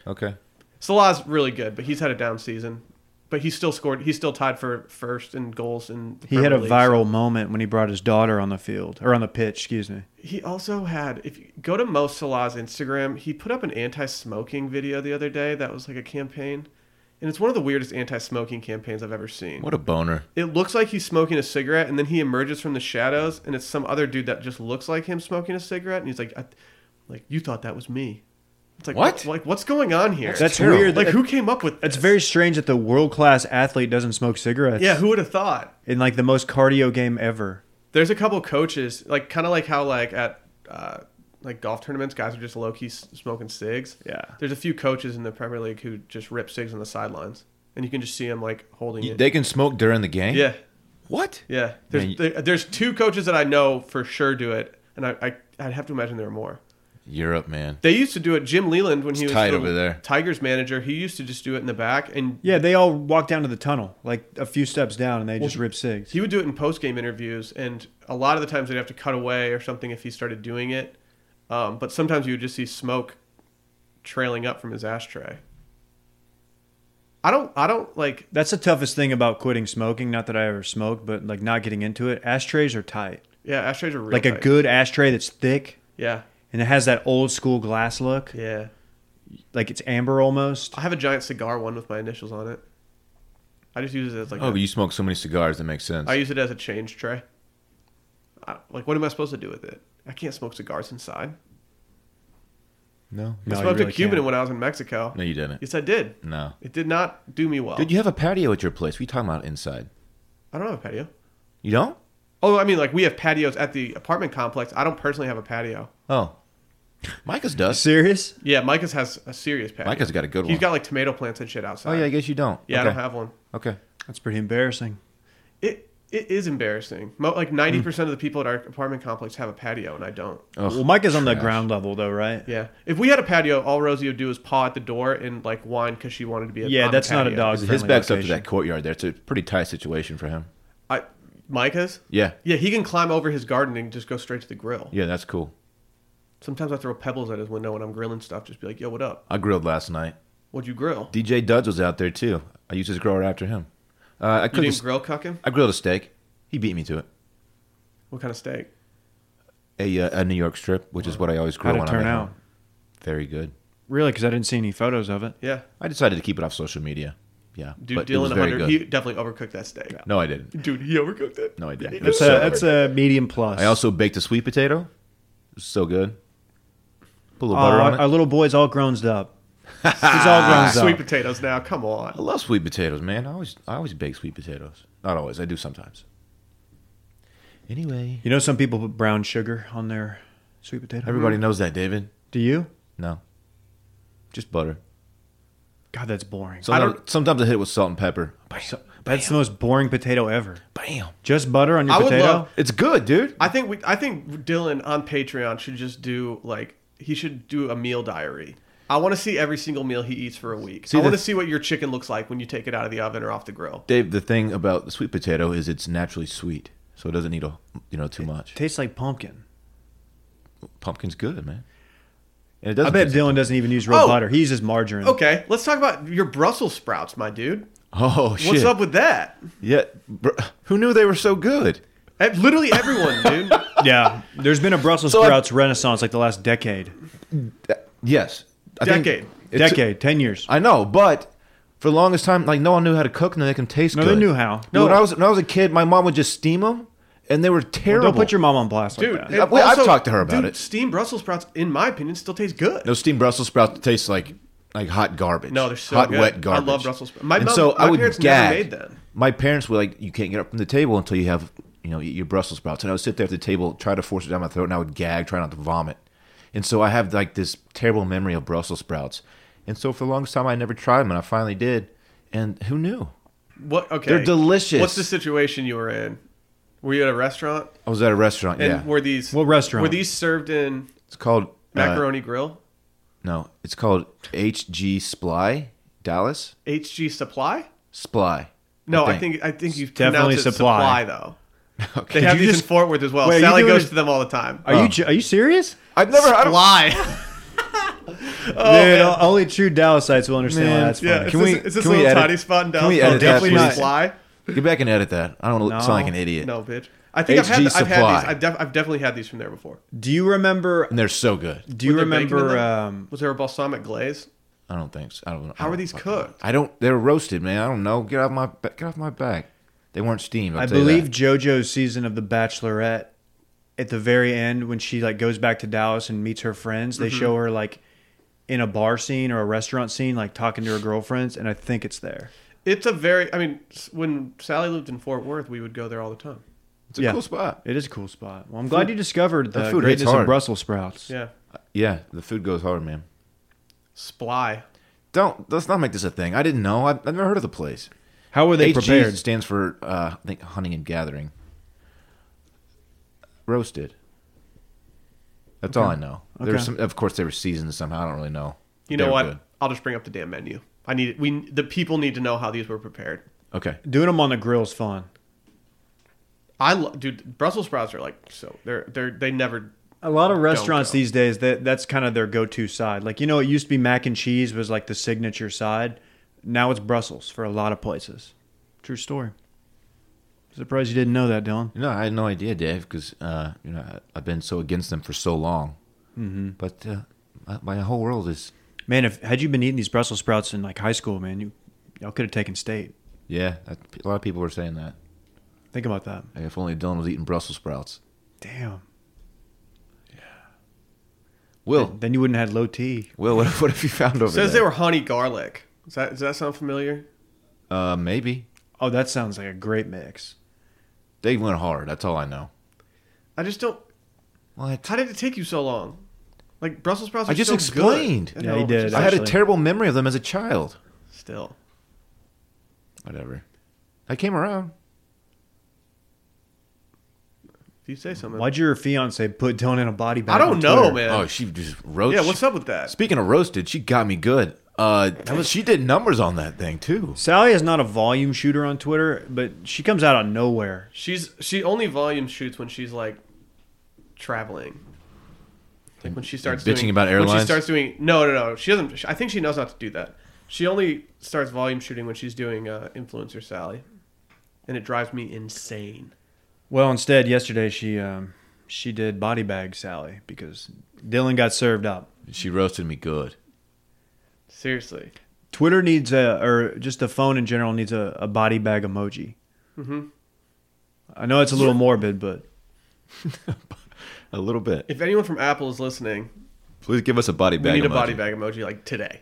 okay.
Salah's really good, but he's had a down season. But he still scored. He's still tied for first in goals in. The
He had
Premier
a
League.
viral moment when he brought his daughter on the field or on the pitch. Excuse me.
He also had. If you go to Mo Salah's Instagram, he put up an anti-smoking video the other day. That was like a campaign, and it's one of the weirdest anti-smoking campaigns I've ever seen.
What a boner.
It looks like he's smoking a cigarette, and then he emerges from the shadows, and it's some other dude that just looks like him smoking a cigarette, and he's like, I, "Like you thought that was me." It's like
What?
Like what's going on here?
That's
terrible.
weird.
like
That-
who came up with?
That's
this?
very strange that the world class athlete doesn't smoke cigarettes.
Yeah, who would have thought?
in like the most cardio game ever.
there's a couple coaches like kind of like how like at uh, like golf tournaments guys are just low key smoking cigs.
Yeah.
There's a few coaches in the Premier League who just rip cigs on the sidelines, and you can just see them like holding it.
They can smoke during the game?
yeah,
What?
yeah. There's
Man,
there, there's two coaches that I know for sure do it, and I, I I'd have to imagine there are more.
Europe, man.
They used to do it. Jim Leland when he
It's
was
tight
the
over there.
Tigers manager, he used to just do it in the back, and
Yeah, they all walk down to the tunnel, like a few steps down, and they just rip cigs.
he would do it in post game interviews, and a lot of the times they'd have to cut away or something if he started doing it. Um, but sometimes you would just see smoke trailing up from his ashtray. I don't, I don't like.
That's the toughest thing about quitting smoking. Not that I ever smoked, but like not getting into it. Ashtrays are tight.
Yeah, ashtrays are real
like a
tight.
good ashtray that's thick
Yeah,
and it has that old school glass look.
yeah.
Like it's amber almost.
I have a giant cigar one with my initials on it. I just use it as like.
Oh,
a-
but you smoke so many cigars, that makes sense.
I use it as a change tray. I, like, what am I supposed to do with it? I can't smoke cigars inside.
no.
I
No, you
smoked
really
a Cuban
can't.
when I was in Mexico.
No, you didn't.
Yes, I did.
No.
It did not do me well.
Dude, you have a patio at your place. What are you talking about inside?
I don't have a patio.
You don't?
Oh, I mean, like we have patios at the apartment complex. I don't personally have a patio.
Oh. Micah's does.
Serious?
Yeah, Micah's has a serious patio.
Micah's got a good
He's
one.
got like tomato plants and shit outside.
Oh, yeah, I guess you don't.
yeah. I
Okay.
don't have one.
Okay.
That's pretty embarrassing.
It it is embarrassing. Mo-
Hmm.
like ninety percent of the people at our apartment complex have a patio, and I don't.
Ugh,
well, Mike is on the
trash.
ground level though, right?
Yeah, if we had a patio, all Rosie would do is paw at the door and like whine because she wanted to be. A,
Yeah,
on
that's not a
patio.
dog.
His
friendly
back's up
location.
to that courtyard there. It's a pretty tight situation for him.
I, Micah's.
Yeah.
Yeah, he can climb over his garden and just go straight to the grill.
Yeah, that's cool.
Sometimes I throw pebbles at his window when I'm grilling stuff. Just be like, "Yo, what up?
I grilled last night.
What'd you grill?
DJ Duds was out there too. I used his grower after him. Uh, I
You
cooked. a
didn't
s-
grill cuck him?
I grilled a steak. He beat me to it.
What kind of steak?
A, uh, a New York strip, which is what I always grill
How'd it
when
turn
I'm at
out?
home. Very good.
Really? Because I didn't see any photos of it.
Yeah,
I decided to keep it off social media. Yeah,
dude,
but it was
Dylan,
very
100, he
good.
definitely overcooked that steak.
No, I didn't.
Dude, he overcooked it.
No, I didn't.
That's a
So-
that's a medium plus.
I also baked a sweet potato. It was so good. Put a little
Aw,
butter on it.
our little boy's all grown up. He's all grown up.
Sweet potatoes now, come on.
I love sweet potatoes, man. I always, I always bake sweet potatoes. Not always. I do sometimes. Anyway,
You know, some people put brown sugar on their sweet potato.
everybody knows that, David.
Do you?
No, just butter.
God, that's boring.
Sometimes, sometimes I hit it with salt and pepper. Bam,
that's the most boring potato ever.
bam.
Just butter on your
I would
potato.
love-
It's good, dude.
I think we, I think Dylan on Patreon should just do like he should do a meal diary. I want to see every single meal he eats for a week.
See,
I want
the-
to see what your chicken looks like when you take it out of the oven or off the grill.
Dave, the thing about the sweet potato is it's naturally sweet, so it doesn't need a you know too much.
Tastes like pumpkin.
Pumpkin's good, man. And it
I
doesn't.
bet
taste-
Dylan doesn't even use real
Oh.
butter. He uses margarine.
Okay, let's talk about your Brussels sprouts, my dude.
oh shit!
What's up with that?
Yeah, br- who knew they were so good?
Eh, Literally everyone, dude.
Yeah, there's been a Brussels
So I-
sprouts renaissance like the last decade,
Yes, I think
Decade.
it's-
decade, ten years.
I know, but for the longest time, like no one knew how to cook, and they can taste
No,
good.
they knew how.
No, when I was when I was a kid, my mom would just steam them, and they were terrible.
Don't put your mom on blast
Dude,
like
and
that.
I've- I've talked to her about
dude,
it.
Steamed Brussels sprouts, in my opinion, still taste good.
No steamed Brussels sprouts taste like like hot garbage.
No, they're so
hot
good. I
wet garbage.
love Brussels sprouts. My
and
mom-
so
my
I would
parents never
gag.
made them.
My parents were like, "You can't get up from the table until you have you know eat your Brussels sprouts." And I would sit there at the table, try to force it down my throat, and I would gag, try not to vomit. And so I have like this terrible memory of Brussels sprouts. And so for the longest time, I never tried them, and I finally did. And who knew?
What? Okay,
They're delicious.
What's the situation you were in? Were you at a restaurant?
I was at a restaurant.
And
yeah,
were these
What restaurant?
were these served in
it's called Uh,
macaroni grill?
no, it's called HG Sply Dallas
HG Supply?
Sply.
No,
I
I think I think you've
Definitely
pronounced it
Supply.
supply though.
Okay.
They have
you
these
just-
in Fort Worth as well.
Wait, are you
Sally
doing
goes
it-
to them all the time.
Are
Oh.
you j- are you serious?
I've never. I don't,
Supply.
Dude,
man.
only true Dallasites will understand
Man,
why that's funny.
yeah, it's
Can
this,
we-
it's this
can we
little
edit-
tiny spot in
can
Dallas.
we
called
edit that,
definitely
please?
Supply.
Get back and edit that. I don't want to
No.
sound like an idiot.
No, bitch. I think I've had, I've had
HG
these.
Supply.
I've, def- I've definitely had these from there before.
Do you remember?
And they're so good.
Do you
Was there bacon in
remember?
them?
Um, Oh
Was there a balsamic glaze?
I don't think so. I don't.
How
I
are
don't
these
fucking-
cooked?
I don't. They're roasted, man. I don't know. Get off my ba- get off my back. They weren't steamed. i
I believe JoJo's season of The Bachelorette, at the very end when she like goes back to Dallas and meets her friends, they show her like in a bar scene or a restaurant scene, like talking to her girlfriends, and I think it's there.
It's a very. I mean, s- when Sally lived in Fort Worth, we would go there all the time.
it's a
yeah.
cool spot.
It is a cool spot. Well, I'm glad you discovered
that
the
food hits
greatness of
hard.
Brussels sprouts.
Yeah,
Yeah, the food goes hard, man.
Sply.
Don't let's not make this a thing. I didn't know. I've, I've never heard of the place.
How were they
HG
prepared?
stands for uh, I think hunting and gathering. Roasted. That's all I know. There There's
Okay.
some, of course, they were seasoned somehow. I don't really know.
You
They
know
were
what?
good.
I'll just bring up the damn menu. I need we the people need to know how these were prepared.
Okay.
Doing them on the grill's fun.
I lo- dude, Brussels sprouts are like so they're they're they never
A lot of restaurants
go.
these days that that's kind of their go-to side. Like you know, it used to be mac and cheese was like the signature side. Now it's Brussels for a lot of places. True story. Surprised you didn't know that, Dylan.
No, I had no idea, Dave, because uh, you know I, I've been so against them for so long. Mm-hmm. But uh, my, my whole world is
Man, if had you been eating these Brussels sprouts in like high school, man, you y'all could have taken state.
yeah. that- A lot of people were saying that.
Think about that.
Like, if only Dylan was eating Brussels sprouts.
Damn.
Will,
Then you wouldn't have had low T.
Will, what, what have you found over
says they
there?
were honey garlic. Does that does that sound familiar?
were uh, maybe
Oh, that sounds like a great mix.
they went hard. That's all I know.
I just don't.
What?
How did it take you so long? Like Brussels sprouts. Are
I just
so
explained.
Good. I
Yeah,
know,
he did.
just-
I had a
actually-
terrible memory of them as a child.
Still,
Whatever. I came around.
if you say something.
Why'd your fiance put Dylan in a body bag?
I
on
don't know,
Twitter?
man.
Oh, she just roasted.
yeah, what's up with that?
Speaking of roasted, she got me good. Uh, she did numbers on that thing too.
Sally is not a volume shooter on Twitter, but she comes out of nowhere.
She's she only volume shoots when she's like traveling. Like when she starts
bitching
doing,
about
When
airlines?
she starts doing no no no she doesn't. I think she knows not to do that. She only starts volume shooting when she's doing uh, influencer Sally, and it drives me insane.
Well, instead, yesterday she um, she did body bag Sally because Dylan got served up.
She roasted me good.
Seriously,
Twitter needs a, or just the phone in general needs a, a body bag emoji.
Mhm.
I know it's a little morbid, but
A little bit.
if anyone from Apple is listening,
Please give us a body
we
bag.
need a
emoji.
body bag emoji like today.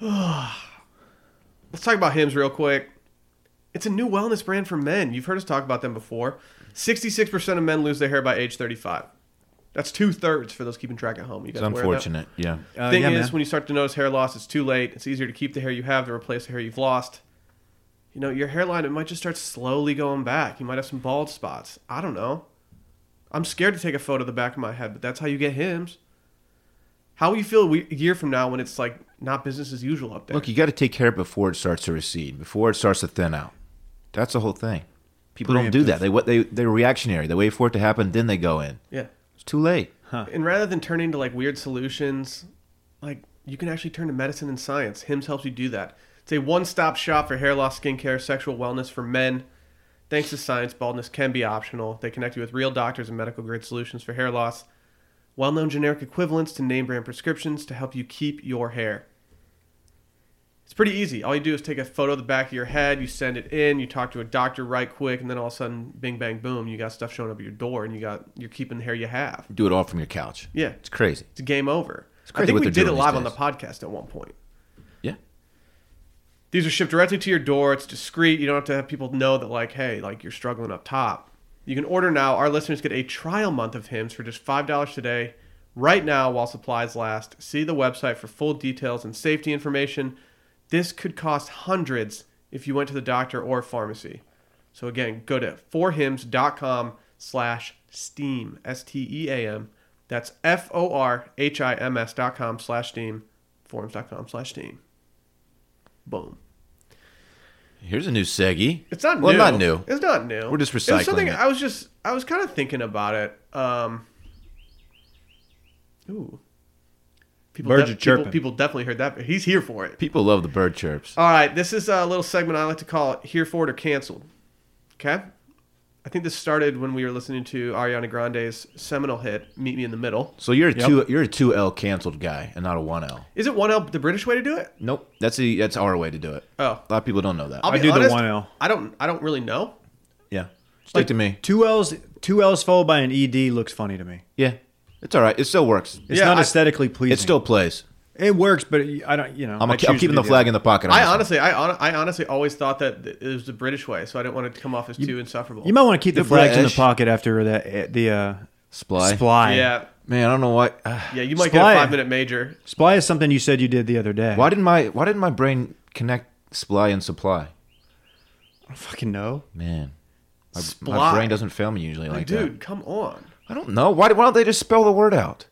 Let's talk about Hims real quick. It's a new wellness brand for men. You've heard us talk about them before. 66% of men lose their hair by age 35. That's two thirds for those keeping track at home. You
It's
guys aware of that?
unfortunate. Yeah.
uh,
Thing
yeah,
is,
man.
when you start to notice hair loss, it's too late. It's easier to keep the hair you have than replace the hair you've lost. You know, your hairline, it might just start slowly going back. You might have some bald spots. I don't know. I'm scared to take a photo of the back of my head, but that's how you get hims. How will you feel a we- a year from now when it's like not business as usual up there?
Look, you got to take care of it before it starts to recede, before it starts to thin out. That's the whole thing. People don't do
Preemptive.
that. They what they they're reactionary. They wait for it to happen, then they go in.
yeah.
It's too late.
And rather than turning to like weird solutions, like you can actually turn to medicine and science. Hims helps you do that. It's a one-stop shop for hair loss, skincare, sexual wellness for men. Thanks to science, baldness can be optional. They connect you with real doctors and medical grade solutions for hair loss, well-known generic equivalents to name brand prescriptions to help you keep your hair. It's pretty easy. All you do is take a photo of the back of your head, you send it in, you talk to a doctor right quick, and then all of a sudden, bing bang boom, you got stuff showing up at your door, and you got you're keeping the hair you have.
Do it all from your couch.
Yeah,
It's crazy.
it's game over.
crazy
I think
what
we
they're
did it
doing these
live on the
days.
podcast at one point.
Yeah.
These are shipped directly to your door. It's discreet. You don't have to have people know that, like, hey, like you're struggling up top. You can order now. Our listeners get a trial month of hymns for just five dollars today, right now while supplies last. See the website for full details and safety information. This could cost hundreds if you went to the doctor or pharmacy. So again, go to forhims.com slash steam, S-T-E-A-M. That's F-O-R-H-I-M-S dot com slash steam, forhims.com slash steam. Boom.
Here's a new Seggy.
It's not
well,
new.
not new.
It's not new.
We're just
It was something
recycling it.
I was just I was kind of thinking about it. Um, ooh, people,
Birds are
people
chirping.
people definitely heard that. He's here for it.
People love the bird chirps.
All right, this is a little segment I like to call it "Here for It or Cancelled." Okay, I think this started when we were listening to Ariana Grande's seminal hit "Meet Me in the Middle."
So you're a two you're a two L canceled guy and not a one L.
Is it one L the British way to do it?
Nope. That's the that's our way to do it.
Oh,
A lot of people don't know that.
I'll
I
be
do the
honest,
1L.
I don't. I don't really know.
yeah. Stick to me.
Two L's, two L's followed by an ED looks funny to me.
Yeah. It's all right. It still works.
It's
Yeah,
not
I-
aesthetically pleasing.
It still plays.
it works, but it- I don't. You know,
I'm,
I
a,
choose
I'm
to
keeping
do
the flag in the pocket. on
I
this one.
honestly, I, hon- I honestly always thought that it was the British way, so I didn't want it to come off as too insufferable.
You might want to keep the
The
flags in the
British.
pocket after that. eh, The uh,
Sply.
sply.
yeah,
Man, I don't know why. ah.
yeah, you might get a
Spy.
five minute major.
Sply is something you said you did the other day.
Why didn't my Why didn't my brain connect Sply and Supply?
I don't fucking know.
Man, my, my
Sply.
brain doesn't fail me usually like,
Like,
that.
dude, come on.
I don't know. Why, why don't they just spell the word out?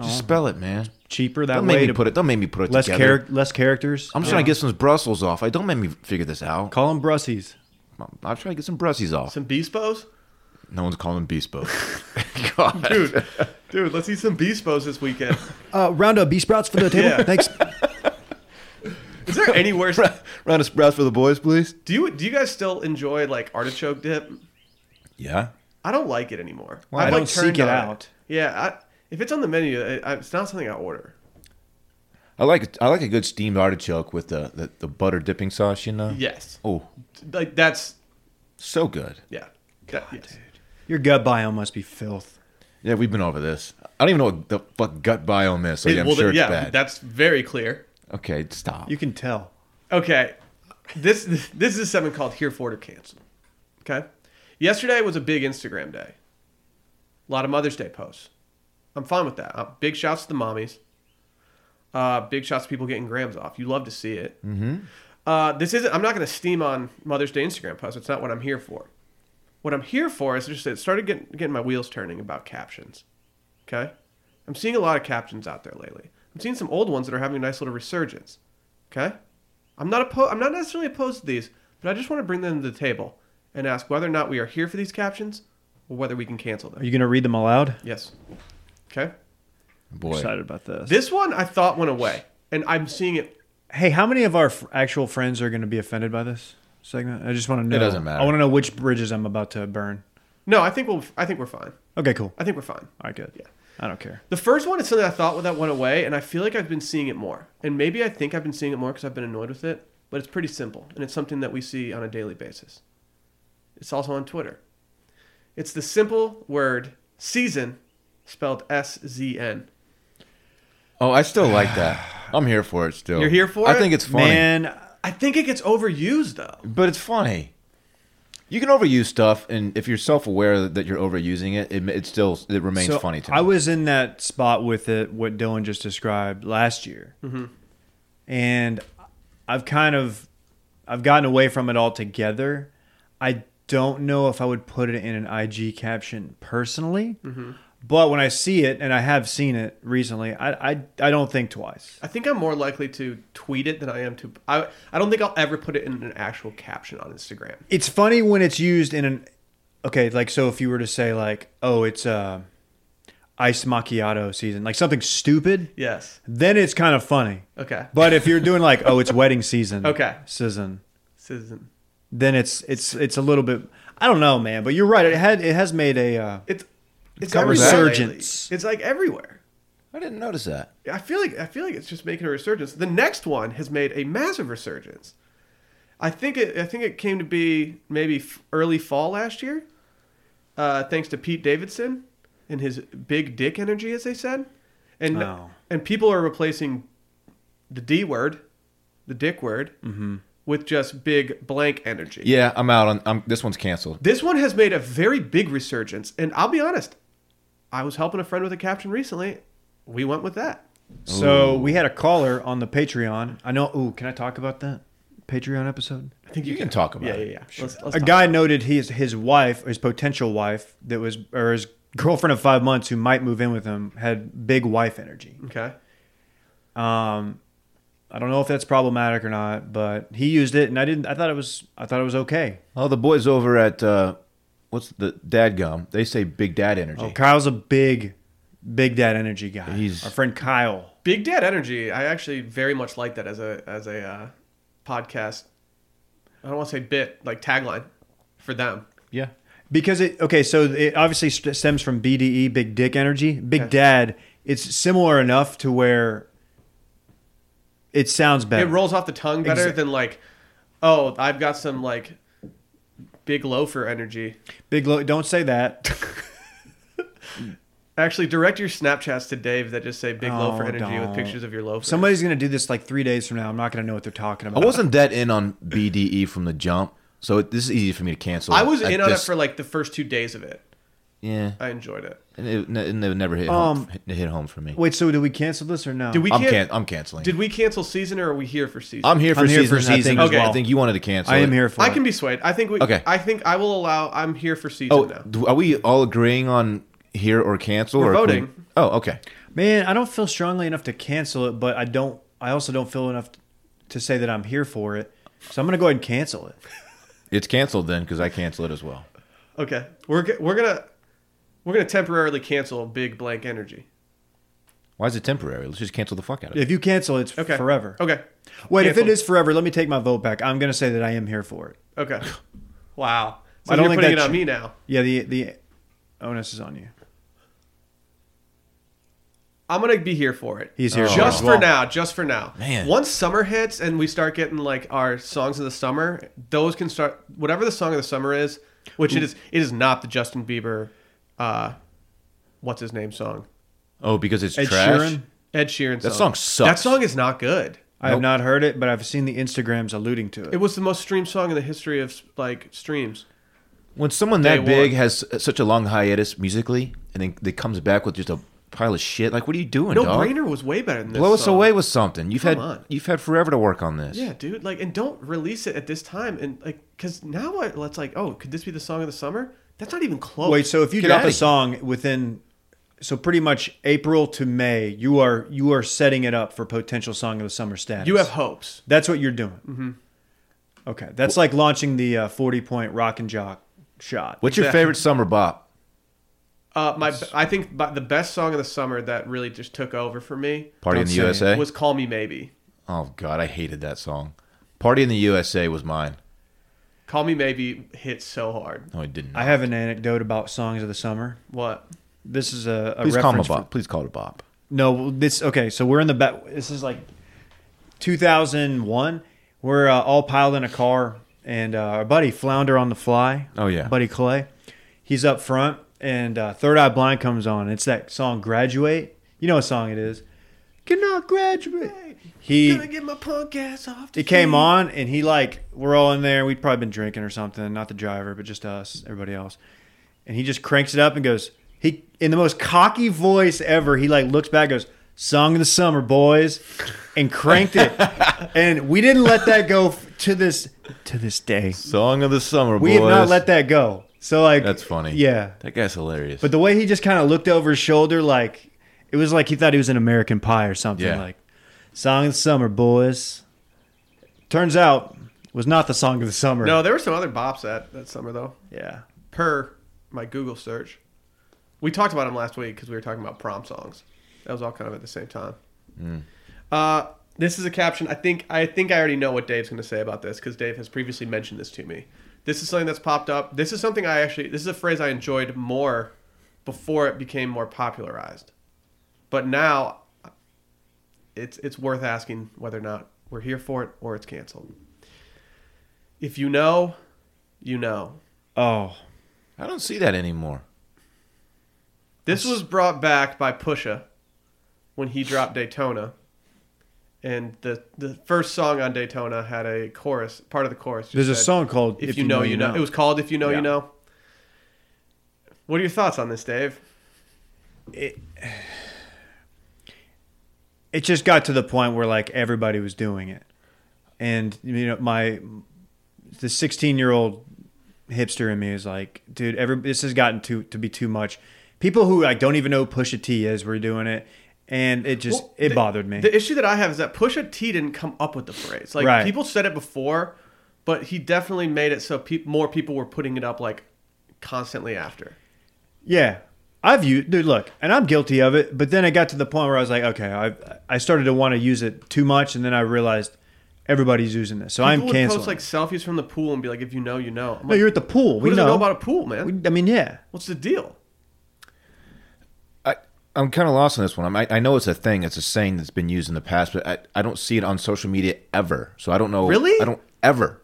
Just spell it, man.
Cheaper that
Don't
way
make me
to
put it. Don't make me put it
less
together.
charac- less characters.
I'm just trying to get some Brussels off. I don't make me figure this out.
Call them brussies.
I'm, I'm trying to get some Brussies off.
Some Beespos?
No one's calling them Bespo. God,
Dude, dude, let's eat some Beespos this weekend.
Uh, round up bee sprouts for the table.
Yeah.
Thanks.
Is there any worse?
round of sprouts for the boys, please.
Do you do you guys still enjoy like artichoke dip?
Yeah.
I don't like it anymore.
I
I've,
don't
like,
seek
turned
it
on
out.
Yeah, I, if it's on the menu, I, I, it's not something I order.
I like I like a good steamed artichoke with the the, the butter dipping sauce. You know.
Yes,
Oh,
like that's
so good.
yeah. That- yes.
Your gut biome must be filth.
Yeah, we've been over this. I don't even know what the fuck gut biome is. So yeah, I'm
Well,
sure it's
yeah,
bad.
that's very clear.
okay, stop.
You can tell.
Okay. This this is a segment called Here for It or Cancel. Okay. Yesterday was a big Instagram day. A lot of Mother's Day posts. I'm fine with that. Uh, big shouts to the mommies. Uh, big shouts to people getting grams off. You love to see it. Mm-hmm. Uh, this isn't. I'm not going to steam on Mother's Day Instagram posts. It's not what I'm here for. What I'm here for is just it started getting getting my wheels turning about captions. Okay, I'm seeing a lot of captions out there lately. I'm seeing some old ones that are having a nice little resurgence. Okay, I'm not oppo- I'm not necessarily opposed to these, but I just want to bring them to the table and ask whether or not we are here for these captions or whether we can cancel
Are
them.
you going to read them aloud?
Yes. Okay.
Boy,
Excited about this.
This one I thought went away, and I'm seeing it.
Hey, how many of our f- actual friends are going to be offended by this segment? I just want to know.
doesn't matter.
I want to know which bridges I'm about to burn.
No, I think we'll. I think we're fine.
Okay, cool.
I think we're fine.
All right, good.
Yeah.
I don't care.
The first one is something I thought that went away, and I feel like I've been seeing it more. And maybe I think I've been seeing it more because I've been annoyed with it, but it's pretty simple, and it's something that we see on a daily basis. It's also on Twitter. It's the simple word season, spelled S Z N.
Oh, I still like that. I'm here for it still.
You're here for
I
it?
think it's funny.
Man,
I think it gets overused though.
But it's funny. You can overuse stuff, and if you're self-aware that you're overusing it, it, it still it remains
so
funny to me.
I was in that spot with it, what Dylan just described last year, and I've kind of, I've gotten away from it altogether. I don't know if I would put it in an IG caption personally, but when I see it, and I have seen it recently, I I, I don't think twice.
I think I'm more likely to tweet it than I am to. I, I don't think I'll ever put it in an actual caption on Instagram.
It's funny when it's used in an okay, like so if you were to say like, oh, it's uh, ice macchiato season, like something stupid.
Yes.
Then it's kind of funny.
Okay.
But if you're doing like, oh, it's wedding season,
Okay.
season,
Season.
then it's it's it's a little bit. I don't know, man. But you're right. It had it has made a. Uh,
It's it's
got
everywhere
resurgence.
lately. It's like everywhere.
I didn't notice that.
I feel like I feel like it's just making a resurgence. The next one has made a massive resurgence. I think it I think it came to be maybe f- early fall last year, uh, thanks to Pete Davidson and his big dick energy, as they said, and
Oh.
and people are replacing the D word, the dick word,
Mm-hmm.
with just big blank energy.
Yeah, I'm out on. I'm, this one's canceled.
This one has made a very big resurgence, and I'll be honest, I was helping a friend with a caption recently. We went with that.
So we had a caller on the Patreon. I know. Ooh, can I talk about that Patreon episode?
I think
You can talk about
Yeah, yeah,
it.
yeah. Let's, let's
a
talk.
guy noted his his wife, his potential wife, that was or his girlfriend of five months who might move in with him had big wife energy.
Okay.
Um, I don't know if that's problematic or not, but he used it, and I didn't. I thought it was. I thought it was okay.
Oh, the boys over at uh, what's the Dad Gum? They say Big Dad Energy.
Oh, Kyle's a big, big dad energy guy.
He's-
our friend Kyle.
Big Dad Energy. I actually very much like that as a as a uh, podcast. I don't want to say bit like tagline for them.
Yeah,
Because it okay, so it obviously st- stems from BDE, Big Dick Energy, Big
Okay.
Dad. It's similar enough to where it sounds better.
It rolls off the tongue better
Exa-
than like, oh, I've got some like big loafer energy.
Big lo- don't say that.
Actually, direct your Snapchats to Dave that just say big
Oh,
loafer energy
don't.
with pictures of your loafer.
Somebody's gonna do this like three days from now. I'm not gonna know what they're talking
I
about.
wasn't that in on BDE from the jump, so it, this is easy for me to cancel.
I was
Like
in on it
this-
for like the first two days of it.
yeah,
I enjoyed it.
and it, and it never hit home,
Um,
it hit home for me.
Wait, so do we cancel this or no?
Did we
I'm
can-
can- I'm canceling.
Did we cancel season or are we here for season?
I'm here for
I'm here
season.
for
I
season
think,
as
well.
I think you wanted to cancel.
I am
it.
here for.
I
it.
can be swayed. I think we.
Okay.
I think I will allow. I'm here for season
Oh,
now.
do- are we all agreeing on here or cancel?
We're
or can we-
voting.
oh, okay.
Man, I don't feel strongly enough to cancel it, but I don't. I also don't feel enough to say that I'm here for it. So I'm gonna go ahead and cancel it.
It's canceled then because I cancel it as well.
Okay, we're go- we're gonna we're gonna temporarily cancel Big Blank Energy.
Why is it temporary? Let's just cancel the fuck out of it.
If you cancel, it's
Okay,
forever.
Okay,
Wait, if
Cancel.
it is forever, let me take my vote back. I'm gonna say that I am here for it.
okay. Wow, so
I don't
you're
think
putting it
that
on
should-
me now.
Yeah, the the onus is on you.
I'm gonna be here for it.
He's here for it
just
as
for
well.
now. Just for now.
Man.
Once summer hits and we start getting like our songs of the summer, those can start whatever the song of the summer is, which it is. It is not the Justin Bieber, uh, what's his name song.
Oh, because it's
Ed
trash.
Sheeran.
Ed Sheeran.
That
song
song sucks.
That song is not good.
I have not heard it, but I've seen the Instagrams alluding to it.
It was the most streamed song in the history of like streams.
When someone
Day
that big
one.
has such a long hiatus musically, and then they comes back with just a pile of shit, like what are you doing,
No
dog?
brainer was way better than this.
Blow us
uh,
song.
away with something. You've
Come
had
on.
you've had forever to work on this.
Yeah, dude. Like, and don't release it at this time. And like, because now I, let's like, oh, could this be the song of the summer? That's not even close.
Wait, so if you
Get
drop
outta
a
here.
song within, so pretty much April to May, you are you are setting it up for potential song of the summer status.
you have hopes.
that's what you're doing.
Mm-hmm.
Okay, that's like launching the uh, forty point rock and jock shot.
What's your
Exactly.
favorite summer bop?
Uh, my, I think by, the best song of the summer that really just took over for me
Party in
Don't
the
say it.
USA.
was "Call Me Maybe."
oh God, I hated that song. Party in the USA was mine.
"Call Me Maybe" hit so hard.
No, it didn't.
I have an anecdote about songs of the summer.
What?
This is a, a
Please call him a
reference for-
bop. Please call it a bop.
No, well, this okay. So we're in the back. This is like 2001. We're uh, all piled in a car, and uh, our buddy Flounder on the Fly.
Oh, yeah.
buddy Clay. He's up front, and uh, Third Eye Blind comes on. It's that song "Graduate." You know what song it is? Cannot graduate. He
Gonna get my punk ass off. the
it came
street.
on and he like we're all in there we'd probably been drinking or something not the driver but just us everybody else and he just cranks it up and goes he in the most cocky voice ever he like looks back and goes song of the summer boys and cranked it and we didn't let that go f- to this to this day
Song of the summer.
we have not let that go so like
That's funny.
yeah
That guy's hilarious.
but the way he just kind of looked over his shoulder, like it was like he thought he was in American Pie or something.
Yeah.
Like song of the summer, boys. Turns out it was not the song of the summer.
No, there were some other bops that that summer though.
Yeah.
Per my Google search, we talked about them last week because we were talking about prom songs. That was all kind of at the same time. Uh, this is a caption. I think I think I already know what Dave's going to say about this because Dave has previously mentioned this to me. This is something that's popped up. This is something I actually. This is a phrase I enjoyed more before it became more popularized, but now it's it's worth asking whether or not we're here for it or it's canceled. If you know, you know.
Oh,
I don't see that anymore.
This was brought back by Pusha when he dropped Daytona. And the the first song on Daytona had a chorus, part of the chorus. just
there's a
said,
song called
If, you, know, you know. It was called If You Know,
Yeah.
You Know. What are your thoughts on this, Dave?
it just got to the point where like everybody was doing it, and you know my the sixteen year old hipster in me is like, dude, every this has gotten to to be too much. People who like don't even know who Pusha T is were doing it, and it just
Well,
it
the-
bothered me.
The issue that I have is that Pusha T didn't come up with the phrase. Like
Right.
people said it before, but he definitely made it so peop more people were putting it up like constantly after.
Yeah. I've used, dude, look, and I'm guilty of it, but then I got to the point where I was like, okay, I I started to want to use it too much, and then I realized everybody's using this. So
People
I'm
would
canceling.
post like selfies from the pool and be like, "If you know, you know." I'm
no,
like,
you're at the pool.
who
We
doesn't
know.
know about a pool, man?
We- I mean, yeah.
What's the deal?
I, I'm kind of lost on this one. i I know it's a thing. It's a saying that's been used in the past, but I, I don't see it on social media ever. So I don't know.
Really?
I don't ever.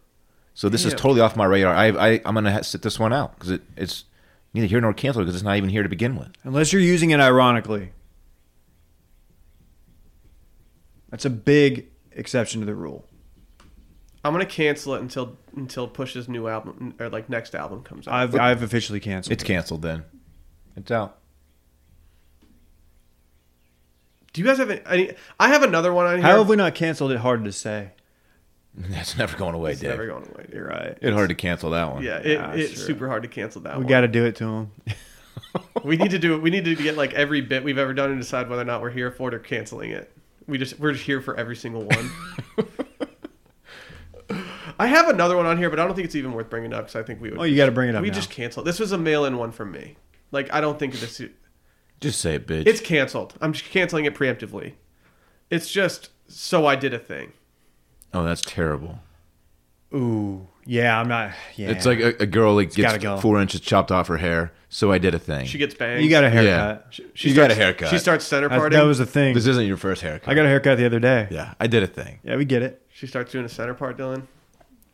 So this
Damn.
is totally off my radar. I, I I'm gonna ha- sit this one out because it, it's neither here nor canceled because it's not even here to begin with.
Unless you're using it ironically. That's a big exception to the rule.
I'm gonna cancel it until until Push's new album or like next album comes out.
I've I've officially canceled.
It's canceled. Then it's out.
Do you guys have any, any? I have another one on here.
How have we not canceled it? Hard to say.
That's never going away,
it's
Dave.
never going away.
You're right.
It's hard to cancel that one.
Yeah, it,
Nah,
it's
sure.
super hard to cancel that
We
one.
got to do it to him.
we need to do it. We need to get like every bit we've ever done and decide whether or not we're here for it or canceling it. We just we're just here for every single one. I have another one on here, but I don't think it's even worth bringing up because I think we would.
Oh, you got to bring it up.
we
now.
just canceled. This was a mail-in one from me. Like I don't think this.
Just say it, bitch.
It's canceled. I'm just canceling it preemptively. It's just so I did a thing.
oh, that's terrible.
Ooh, yeah. I'm not. Yeah.
It's like a, a girl that gets
gotta go.
four inches chopped off her hair. So I did a thing.
She gets banged.
you got a
yeah.
haircut.
She,
You got
starts-
a haircut.
She starts center
That-
parting.
That was the thing.
This isn't your first haircut.
I got a haircut the other day. Yeah,
Yeah, I did a thing.
we get it.
She starts doing a center part, Dylan.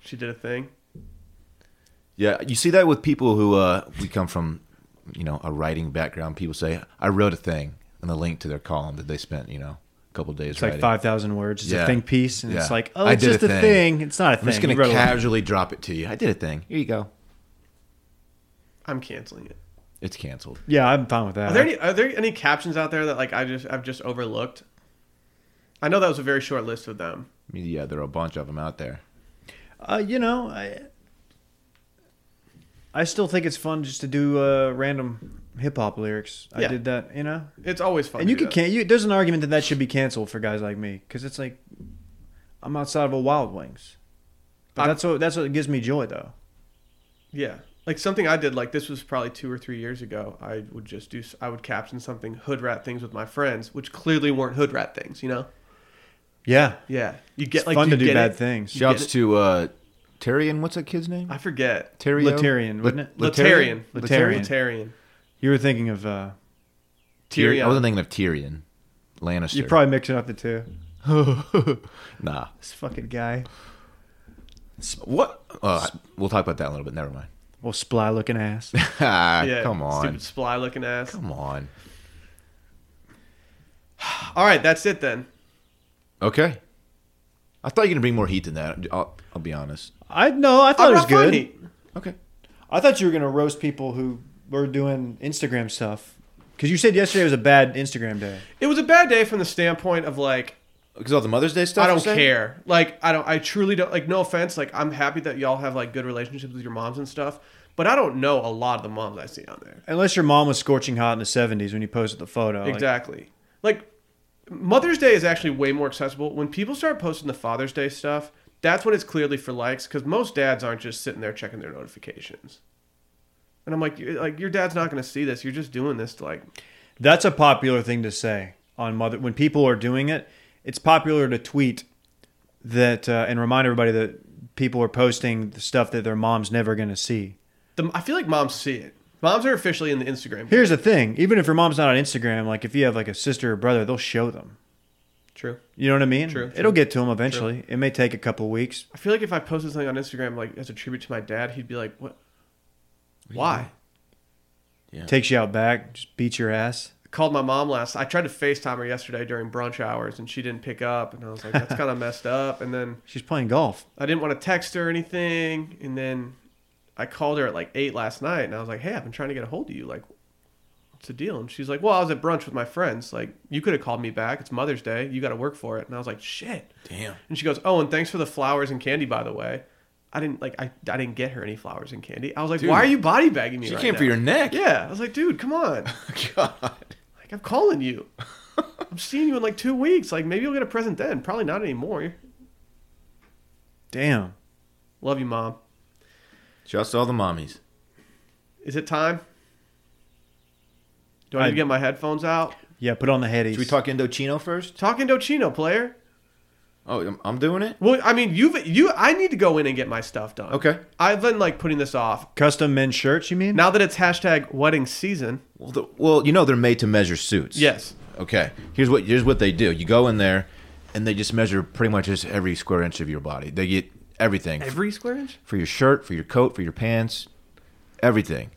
She did a thing.
Yeah, you see that with people who uh, we come from, you know, a writing background. People say, "I wrote a thing," and the link to their column that they spent, you know, a couple days
It's
writing.
like five thousand words. It's
Yeah.
a think piece, and it's
Yeah.
like, oh,
I
it's
did a
just a
thing.
thing. It's not a
I'm
thing.
just gonna
You wrote a lot.
casually drop it to you. I did a thing. Here you go.
I'm canceling it.
It's canceled.
yeah, I'm fine with that.
Are there any are there any captions out there that like I just I've just overlooked? I know that was a very short list of them.
I mean, yeah, there are a bunch of them out there.
uh, you know, I, I still think it's fun just to do uh, random hip hop lyrics. I
Yeah.
did that, you know.
It's always fun.
and
to
you
do
could
that.
can you. There's an argument that that should be canceled for guys like me because it's like I'm outside of a Wild Wings. But
I'm-
that's what that's what gives me joy though.
yeah, like something I did. Like this was probably two or three years ago. I would just do I would caption something hood rat things with my friends, which clearly weren't hood rat things. You know?
Yeah,
Yeah, you get
it's
like
fun
do
to
you
do
get
bad
it?
things.
You get
Shouts
it?
to uh, Terry and what's that kid's name?
I forget.
Terry.
Letarian, wouldn't it?
Letarian.
Letarian.
Letarian.
You were thinking of uh,
Tyrion.
I wasn't thinking of Tyrion. Lannister.
you're probably mixing up the two.
nah.
This fucking guy.
What? Uh, we'll talk about that in a little bit. Never mind.
Well, sply looking ass.
Yeah,
come on.
Stupid sply looking ass.
Come on.
All right, that's it then.
Okay. I thought you were gonna bring more heat than that. I'll, I'll be honest.
I no, I thought
I'm
it was
not
good.
funny.
Okay.
I thought you were gonna roast people who were doing Instagram stuff because you said yesterday was a bad Instagram day.
It was a bad day from the standpoint of like
Because all the Mother's Day stuff.
I don't
you're saying?
care. Like I don't. I truly don't. Like no offense. Like I'm happy that y'all have like good relationships with your moms and stuff. But I don't know a lot of the moms I see on there.
Unless your mom was scorching hot in the '70s when you posted the photo. like-
Exactly. Like Mother's Day is actually way more accessible. When people start posting the Father's Day stuff, that's when it's clearly for likes because most dads aren't just sitting there checking their notifications. And I'm like, you- like your dad's not going to see this. You're just doing this to like.
that's a popular thing to say on mother when people are doing it. It's popular to tweet that uh, and remind everybody that people are posting the stuff that their mom's never gonna see.
The, I feel like moms see it. Moms are officially in the Instagram.
Here's the thing: even if your mom's not on Instagram, like if you have like a sister or brother, they'll show them.
True.
You know what I mean?
True,
It'll get to them eventually. It may take a couple of weeks.
I feel like if I posted something on Instagram like as a tribute to my dad, he'd be like, "What? Why?"
Takes you out back, just beats your ass.
called my mom last. I tried to FaceTime her yesterday during brunch hours, and she didn't pick up. And I was like, that's kind of messed up. And then
She's playing golf.
I didn't want to text her or anything. And then I called her at like eight last night, and I was like, hey, I've been trying to get a hold of you. Like, the deal?" And she's like, "Well, I was at brunch with my friends. Like, you could have called me back. It's Mother's Day. You got to work for it." And I was like, "Shit."
Damn.
And she goes, "Oh, and thanks for the flowers and candy, by the way." I didn't like I, I didn't get her any flowers and candy. I was like,
Dude.
"Why are you body bagging me?"
She
right
came for
now?"
your neck.
Yeah, I was like, "Dude, come on."
God.
Like, I'm calling you. I'm seeing you in like two weeks. Like, maybe you'll get a present then. Probably not anymore.
Damn.
Love you, mom.
Just all the mommies.
Is it time? Do I need
I-
to get my headphones out?
Yeah, put on the headies.
Should we talk Indochino first?
Talking Dochino, player.
Oh, I'm- I'm doing it.
Well, I mean, you've you. I need to go in and get my stuff done.
Okay.
I've been like putting this off.
custom men's shirts? You mean?
Now that it's hashtag wedding season.
Well, the, well, you know they're made to measure suits.
Yes.
Okay. Here's what here's what they do. You go in there, and they just measure pretty much just every square inch of your body. They get everything
Every square inch.
for your shirt, for your coat, for your pants, everything.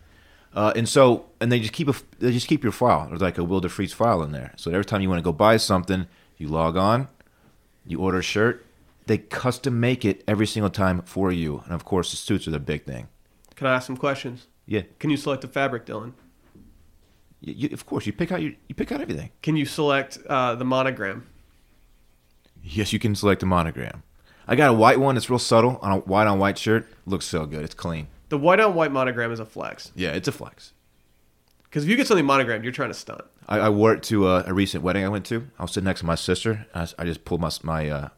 Uh, and so, and they just keep a they just keep your file. There's like a Will DeFreeze file in there. So every time you want to go buy something, you log on, you order a shirt. They custom make it every single time for you. And of course, the suits are the big thing.
Can I ask some questions?
Yeah,
Can you select the fabric, Dylan?
you, you, of course you pick out your, you pick out everything.
Can you select uh, the monogram?
Yes, you can select a monogram. I got a white one. It's real subtle on a white on white shirt. Looks so good. It's clean.
The white on white monogram is a flex.
Yeah, it's a flex.
Because if you get something monogrammed, you're trying to stunt.
I, I wore it to a, a recent wedding I went to. I was sitting next to my sister. I, s- I just pulled my s- my uh,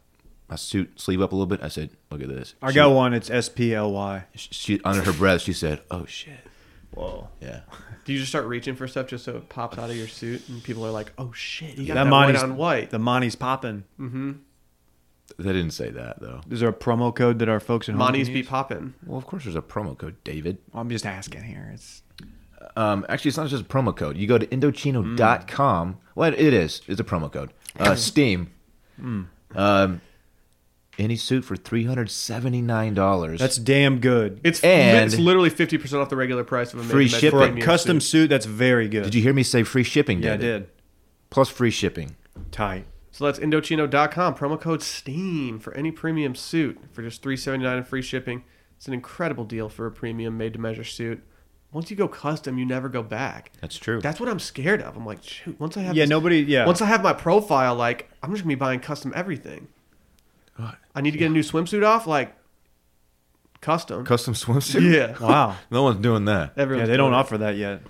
my suit sleeve up a little bit. I said, "Look at this."
I
She-
got one. It's S P L Y.
She, she- under her breath. She said, "Oh shit."
Whoa.
Yeah.
Do you just start reaching for stuff just so it pops out of your suit and people are like, "Oh shit, you got
that
that, white
money's
on white."
The money's popping.
They didn't say that though.
Is there a promo code that our folks in
Money's
home
be
can use?
popping.
Well, of course, there's a promo code, David.
I'm just asking here. It's
Um, actually, it's not just a promo code. You go to
Mm.
Indochino.com. Well, it is. It's a promo code. Uh, Steam.
Mm.
Um, any suit for three hundred seventy nine dollars.
that's damn good.
It's
And-
it's literally fifty percent off the regular price of a
Free
Made to Measure
shipping.
For a
premium
custom
suit.
suit. that's very good.
Did you hear me say free shipping?
Yeah, I
David?
did.
Plus free shipping.
Tight.
So that's Indochino.com promo code STEAM for any premium suit for just three seventy nine and free shipping. It's an incredible deal for a premium made to measure suit. Once you go custom, you never go back.
That's true.
That's what I'm scared of. I'm like, shoot. Once I have
Yeah,
this-
nobody. Yeah.
Once I have my profile, like I'm just gonna be buying custom everything. I need to get a new swimsuit off, like custom.
Custom swimsuit.
Yeah,
wow.
No one's doing that.
everyone.
yeah, they don't offer that yet.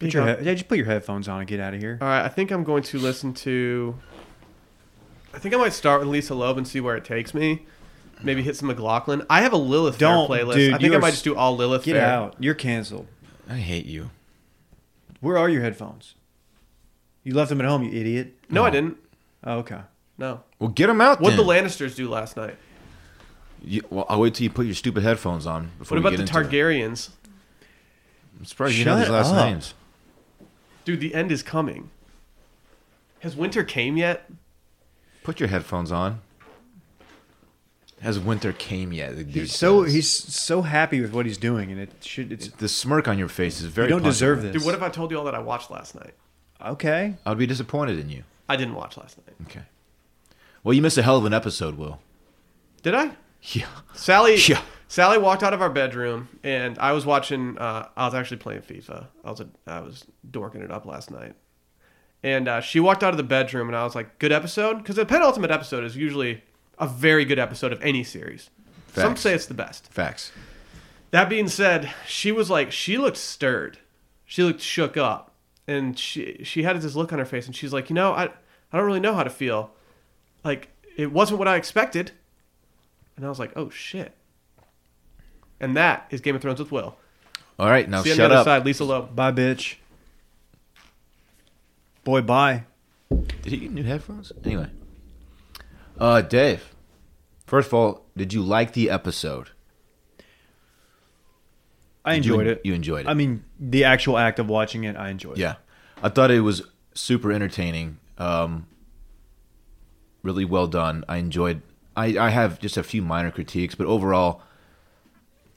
Put
Big
your
up.
he- yeah, just put your headphones on and get out of here.
All right, I think I'm going to listen to. I think I might start with Lisa Loeb and see where it takes me. Maybe hit some McLaughlin. I have a Lilith Fair
Don't,
playlist.
dude,
I think
you
I
are
might
s-
just do all Lilith
Get
Fair.
out. You're canceled.
I hate you.
Where are your headphones? You left them at home, you idiot.
No, I didn't.
Oh, okay.
No.
Well, get them out.
What the
then.
Lannisters do last night?
You- well, I'll wait till you put your stupid headphones on.
What
Before we
about
get
the
into it.
Targaryens?
I'm surprised you know
Shut
these last
up.
names.
Dude, the end is coming. Has winter came yet?
Put your headphones on. Has winter came yet? the dude
He's so
says.
he's so happy with what he's doing, and it should. It's
the smirk on your face is very.
you don't
punchable.
deserve this.
Dude, what if I told you all that I watched last night?
okay.
I'd be disappointed in you.
I didn't watch last night.
Okay. Well, you missed a hell of an episode, Will.
Did I?
Yeah.
Sally.
Yeah.
Sally walked out of our bedroom, and I was watching. Uh, I was actually playing FIFA. I was I was dorking it up last night, and uh, she walked out of the bedroom, and I was like, "Good episode," because the penultimate episode is usually a very good episode of any series. Some
Facts.
say it's the best.
Facts.
That being said, she was like, she looked stirred. She looked shook up, and she she had this look on her face, and she's like, "You know, I I don't really know how to feel. Like it wasn't what I expected." And I was like, "Oh shit." And that is Game of Thrones with Will.
All right, now
See you on
shut
the other
up.
side, Lisa Loeb.
Bye, bitch. Boy, bye.
Did he get new headphones? Anyway. Uh, Dave. First of all, did you like the episode?
I
Did you
enjoyed
en-
it.
you enjoyed it.
I mean, the actual act of watching it, I enjoyed.
Yeah, I thought it was super entertaining. Um, really well done. I enjoyed. I I have just a few minor critiques, but overall,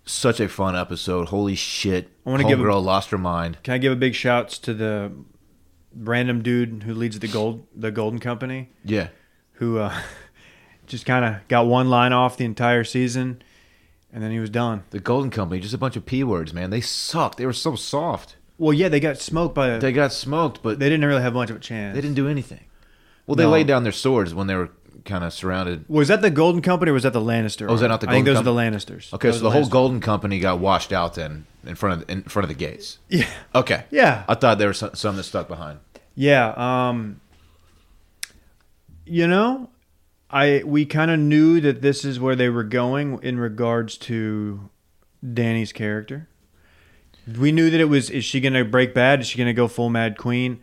such a fun episode. Holy shit!
I wanna give a-
Homegirl lost her mind.
Can I give a big shouts to the random dude who leads the gold the Golden Company,
Yeah,
who uh, just kind of got one line off the entire season, and then he was done.
the Golden Company, just a bunch of p words, man. They sucked. They were so soft.
Well, yeah, they got smoked by. They,
They got smoked, but they,
didn't really have much of a chance.
didn't do anything. Well, they
No.
laid down their swords when they were kind of surrounded.
Was that the Golden Company or was that the Lannister?
Oh, was that not the
I think those
Golden
are the Lannisters.
Okay,
Those
so
are
the whole
Lannisters.
Golden Company got washed out then in front of in front of the gates.
Yeah.
Okay.
Yeah.
I thought there was some, some that stuck behind.
Yeah. Um, you know, I we kind of knew that this is where they were going in regards to Danny's character. We knew that it was is she going to break bad? Is she going to go full mad queen?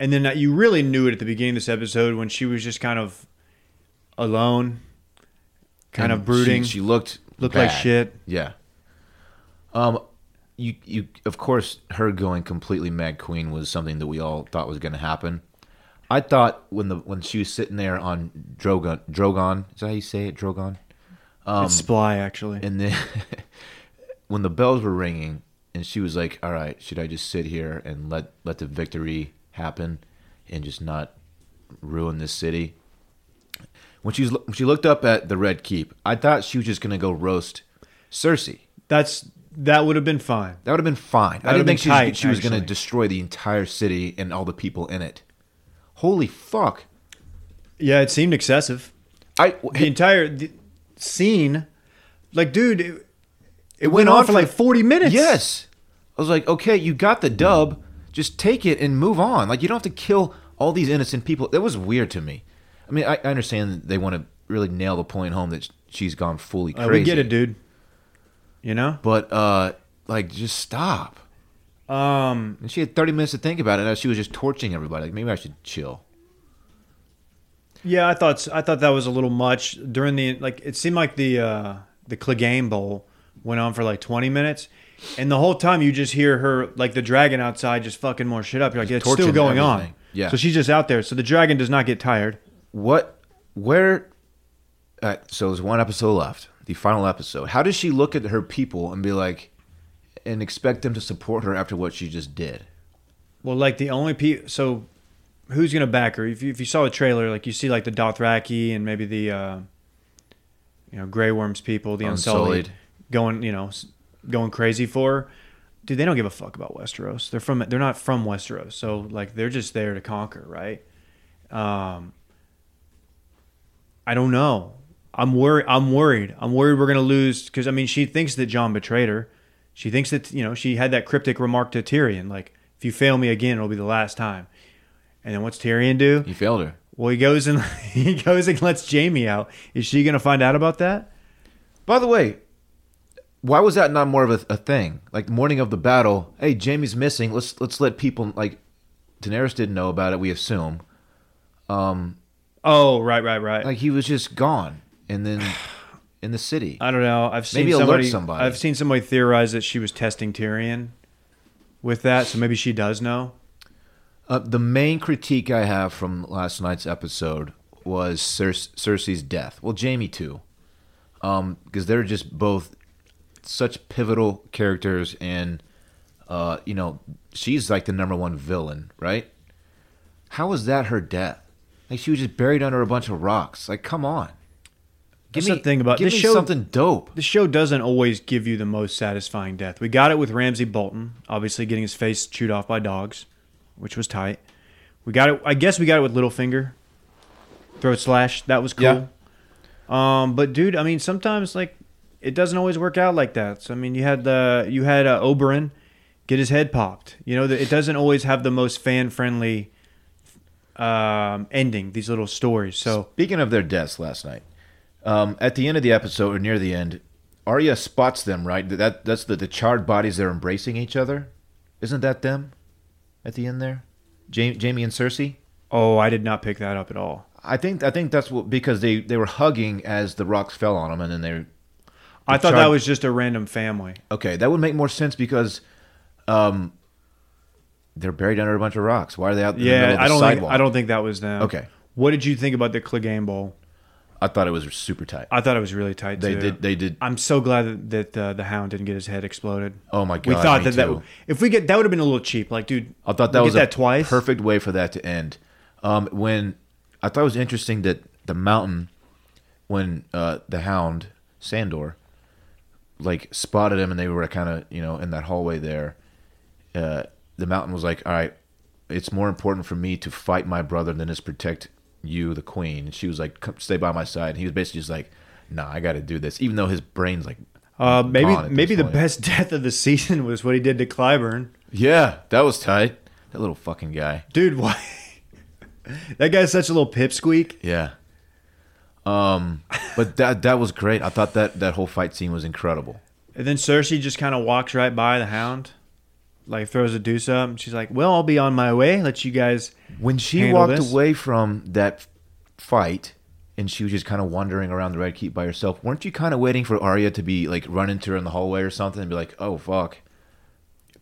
And then that you really knew it at the beginning of this episode when she was just kind of alone, kind
And
of brooding,
She, she looked
looked like
bad.
shit.
Yeah. Um, you you of course her going completely mad queen was something that we all thought was going to happen. I thought when the when she was sitting there on Drogon Drogon is that how you say it Drogon,
it's Sply actually.
Um, and then when the bells were ringing and she was like, "All right, should I just sit here and let let the victory happen and just not ruin this city?" When she was, when she looked up at the Red Keep, I thought she was just going to go roast Cersei.
That's that would have been fine.
That would have been
That
fine. I didn't
would've been
think she was,
tight,
she was going to
actually.
destroy the entire city and all the people in it. Holy fuck!
Yeah, it seemed excessive.
I
the
it,
entire the scene, like, dude, it, it
went
went
on
on for like 40 minutes.
yes. I was like, okay, you got the dub. Just take it and move on. Like you don't have to kill all these innocent people. That was weird to me. I mean, I, I understand that they want to really nail the point home that she's gone fully
Uh,
crazy.
we get it, dude. You know?
But uh, like, just stop.
Um,
And she had thirty minutes to think about it. And she was just torching everybody. Like maybe I should chill.
yeah, I thought I thought that was a little much during the like it seemed like the uh the Clegane Bowl went on for like 20 minutes. And the whole time you just hear her like the dragon outside just fucking more shit up. You're like,
Just
it's still
torching
going on.
everything. Yeah.
So she's just out there. So the dragon does not get tired.
what where uh, so there's one episode left the final episode how does she look at her people and be like and expect them to support her after what she just did
Well, like the only pe so who's gonna back her? If you, if you saw the trailer, like you see like the Dothraki and maybe the uh, you know Grey Worms people, the Unsullied,
Unsullied.
going you know s- going crazy for her. Dude, they don't give a fuck about Westeros. They're from they're not from Westeros, so like they're just there to conquer, right? Um, I don't know. I'm worried. I'm worried. I'm worried we're gonna lose because I mean she thinks that John betrayed her. She thinks that you know she had that cryptic remark to Tyrion like, "If you fail me again, it'll be the last time." And then what's Tyrion do?
you failed her
Well, he goes and he goes and lets Jamie out. Is she gonna find out about that?
by the way why was that not more of a, a thing like the morning of the battle hey jamie's missing let's let's let people like daenerys didn't know about it we assume um
Oh, right, right, right.
like he was just gone and then in the city
I don't know. I've seen
Maybe alert
somebody,
somebody.
I've seen somebody theorize that she was testing Tyrion with that, so maybe she does know.
Uh, the main critique I have from last night's episode was Cer- Cersei's death. Well, Jamie too, because they're just both such pivotal characters, and uh, you know she's like the number one villain, right? How was that her death? Like she was just buried under a bunch of rocks. Like, come on, give
That's
me
the thing about-
give
this
me
show-
something dope.
The show doesn't always give you the most satisfying death. We got it with Ramsey Bolton, obviously getting his face chewed off by dogs, which was tight. We got it. I guess we got it with Littlefinger, throat slash. That was cool. Um, but dude, I mean, sometimes like it doesn't always work out like that. So I mean, you had the you had uh, Oberon get his head popped. You know, the, it doesn't always have the most fan friendly um, ending. These little stories. So
Speaking of their deaths last night, um, at the end of the episode or near the end, Arya spots them. Right, that that's the, the charred bodies. They're embracing each other. Isn't that them? At the end there, ja- Jamie and Cersei.
oh, I did not pick that up at all.
I think I think that's what because they they were hugging as the rocks fell on them, and then they
I
The
thought that
charm-
was just a random family.
okay that would make more sense because, um, they're buried under a bunch of rocks. Why are they out in the middle
Yeah,
of the
I don't. Think,
sidewalk?
I don't think that was them.
Okay.
What did you think about the Clegane Bowl?
I thought it was super tight.
I thought it was really tight.
They
too.
did. They did.
I'm so glad that, that uh, the Hound didn't get his head exploded.
Oh my
we
God,
thought
me
that that
too.
if we get that would have been a little cheap. Like, dude,
I thought that
we
was
get
a
that twice.
perfect way for that to end. Um, when I thought it was interesting that the mountain, when uh, the hound Sandor, like spotted him, and they were kind of you know in that hallway there. Uh, the mountain was like, all right, it's more important for me to fight my brother than is protect you, the queen. And she was like, Come, stay by my side. And he was basically just like, nah, I got to do this, even though his brain's like,
Uh, maybe
gone at
maybe
this
the
point.
best death of the season was what he did to Clyburn.
Yeah, that was tight. That little fucking guy.
Dude, why? that guy's such a little pipsqueak.
Yeah. Um, but that that was great. I thought that that whole fight scene was incredible.
And then Cersei just kind of walks right by the hound, like throws a deuce up. And she's like, "Well, I'll be on my way. Let you guys."
When she
Handle
walked
this?
away from that fight and she was just kind of wandering around the Red Keep by herself, weren't you kind of waiting for Arya to be like run into her in the hallway or something and be like, "Oh fuck."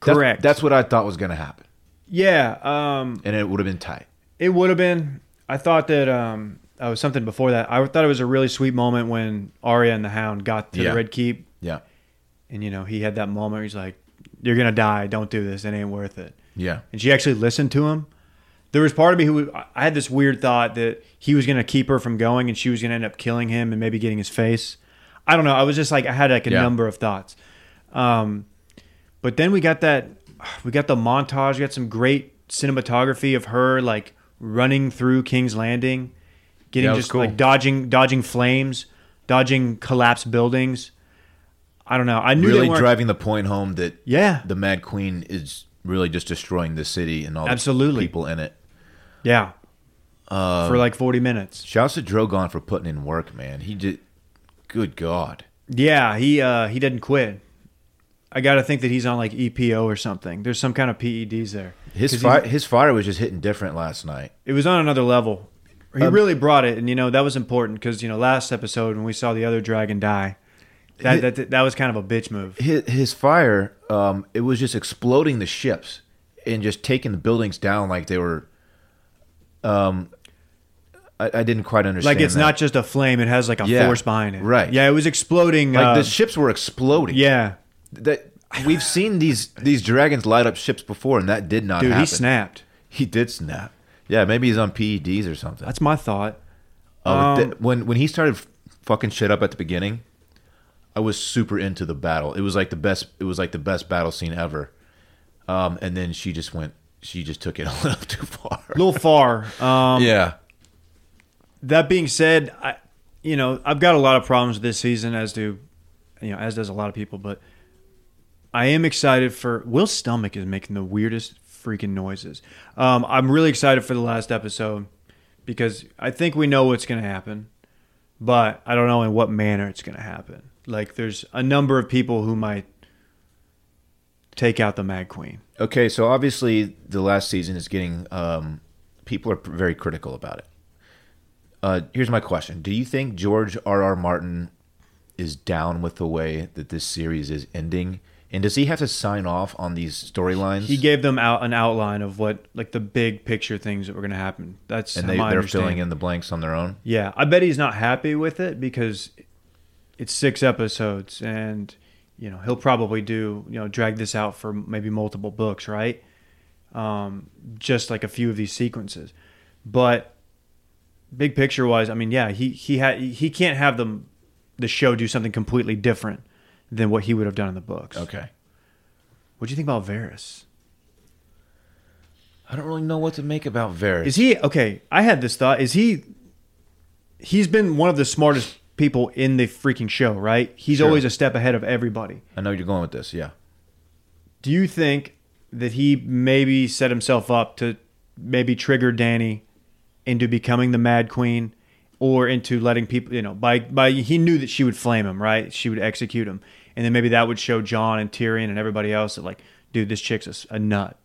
That's-
Correct.
That's, what I thought was going to happen.
Yeah. Um.
And it would have been tight.
It would have been. I thought that um, oh, something before that. I thought it was a really sweet moment when Arya and the Hound got to
Yeah.
the Red Keep,
Yeah.
and you know he had that moment. Where he's like, "You're gonna die. Don't do this. It ain't worth it."
Yeah.
And she actually listened to him. There was part of me who I- I had this weird thought that he was gonna keep her from going, and she was gonna end up killing him and maybe getting his face. I don't know. I was just like I had like a
Yeah.
number of thoughts. Um, but then we got that, we got the montage. We got some great cinematography of her like running through King's Landing, getting
Yeah, it was
just
cool.
like dodging, dodging flames, dodging collapsed buildings. I don't know. I knew
Really
they weren't.
driving the point home that
yeah,
the Mad Queen is really just destroying the city and all
Absolutely.
the people in it.
yeah.
um,
For like forty minutes.
Shouts to Drogon for putting in work, man. He did. Good God.
Yeah, he uh, he didn't quit. I gotta think that he's on like EPO or something. There's some kind of PEDs there.
His
'Cause
fire, his fire was just hitting different last night.
It was on another level. He
Um,
really brought it, and you know that was important because you know last episode when we saw the other dragon die, that
It-
that that was kind of a bitch move.
His, his fire, um, it was just exploding the ships and just taking the buildings down like they were. Um, I, I didn't quite understand.
Like it's
that.
not just a flame; it has like a
Yeah,
force behind it.
right.
Yeah, it was exploding.
like
uh,
the ships were exploding.
yeah,
that we've seen these these dragons light up ships before, and that did not
dude,
happen.
he snapped.
He did snap. Yeah, maybe he's on PEDs or something.
That's my thought.
Oh,
Um,
th- when when he started f- fucking shit up at the beginning, I was super into the battle. It was like the best. It was like the best battle scene ever. Um, and then she just went. She just took it a little too far.
A little far. Um,
yeah,
that being said, I, you know, I've got a lot of problems this season, as do, you know, as does a lot of people. But I am excited for Will's stomach is making the weirdest freaking noises. Um, I'm really excited for the last episode because I think we know what's going to happen, but I don't know in what manner it's going to happen. Like, there's a number of people who might take out the Mad Queen.
Okay, so obviously the last season is getting um, people are very critical about it. Uh, here's my question: Do you think George R. R. Martin is down with the way that this series is ending, and does he have to sign off on these storylines?
He gave them out an outline of what, like, the big picture things that were going to happen. That's
and they,
my
they're
understanding.
filling in the blanks on their own.
Yeah, I bet he's not happy with it because it's six episodes, and you know he'll probably do you know drag this out for maybe multiple books, right? Um, just like a few of these sequences, but big picture wise, I mean, yeah, he he had he can't have the the show do something completely different than what he would have done in the books.
Okay,
What do you think about Varys?
I don't really know what to make about Varys.
Is he okay? I had this thought. Is he? He's been one of the smartest people in the freaking show, right? He's
Sure.
always a step ahead of everybody.
I know you're going with this. Yeah,
Do you think that he maybe set himself up to maybe trigger Danny into becoming the Mad Queen, or into letting people, you know, by by he knew that she would flame him, right? She would execute him, and then maybe that would show John and Tyrion and everybody else that like, dude, this chick's a s- a, nut.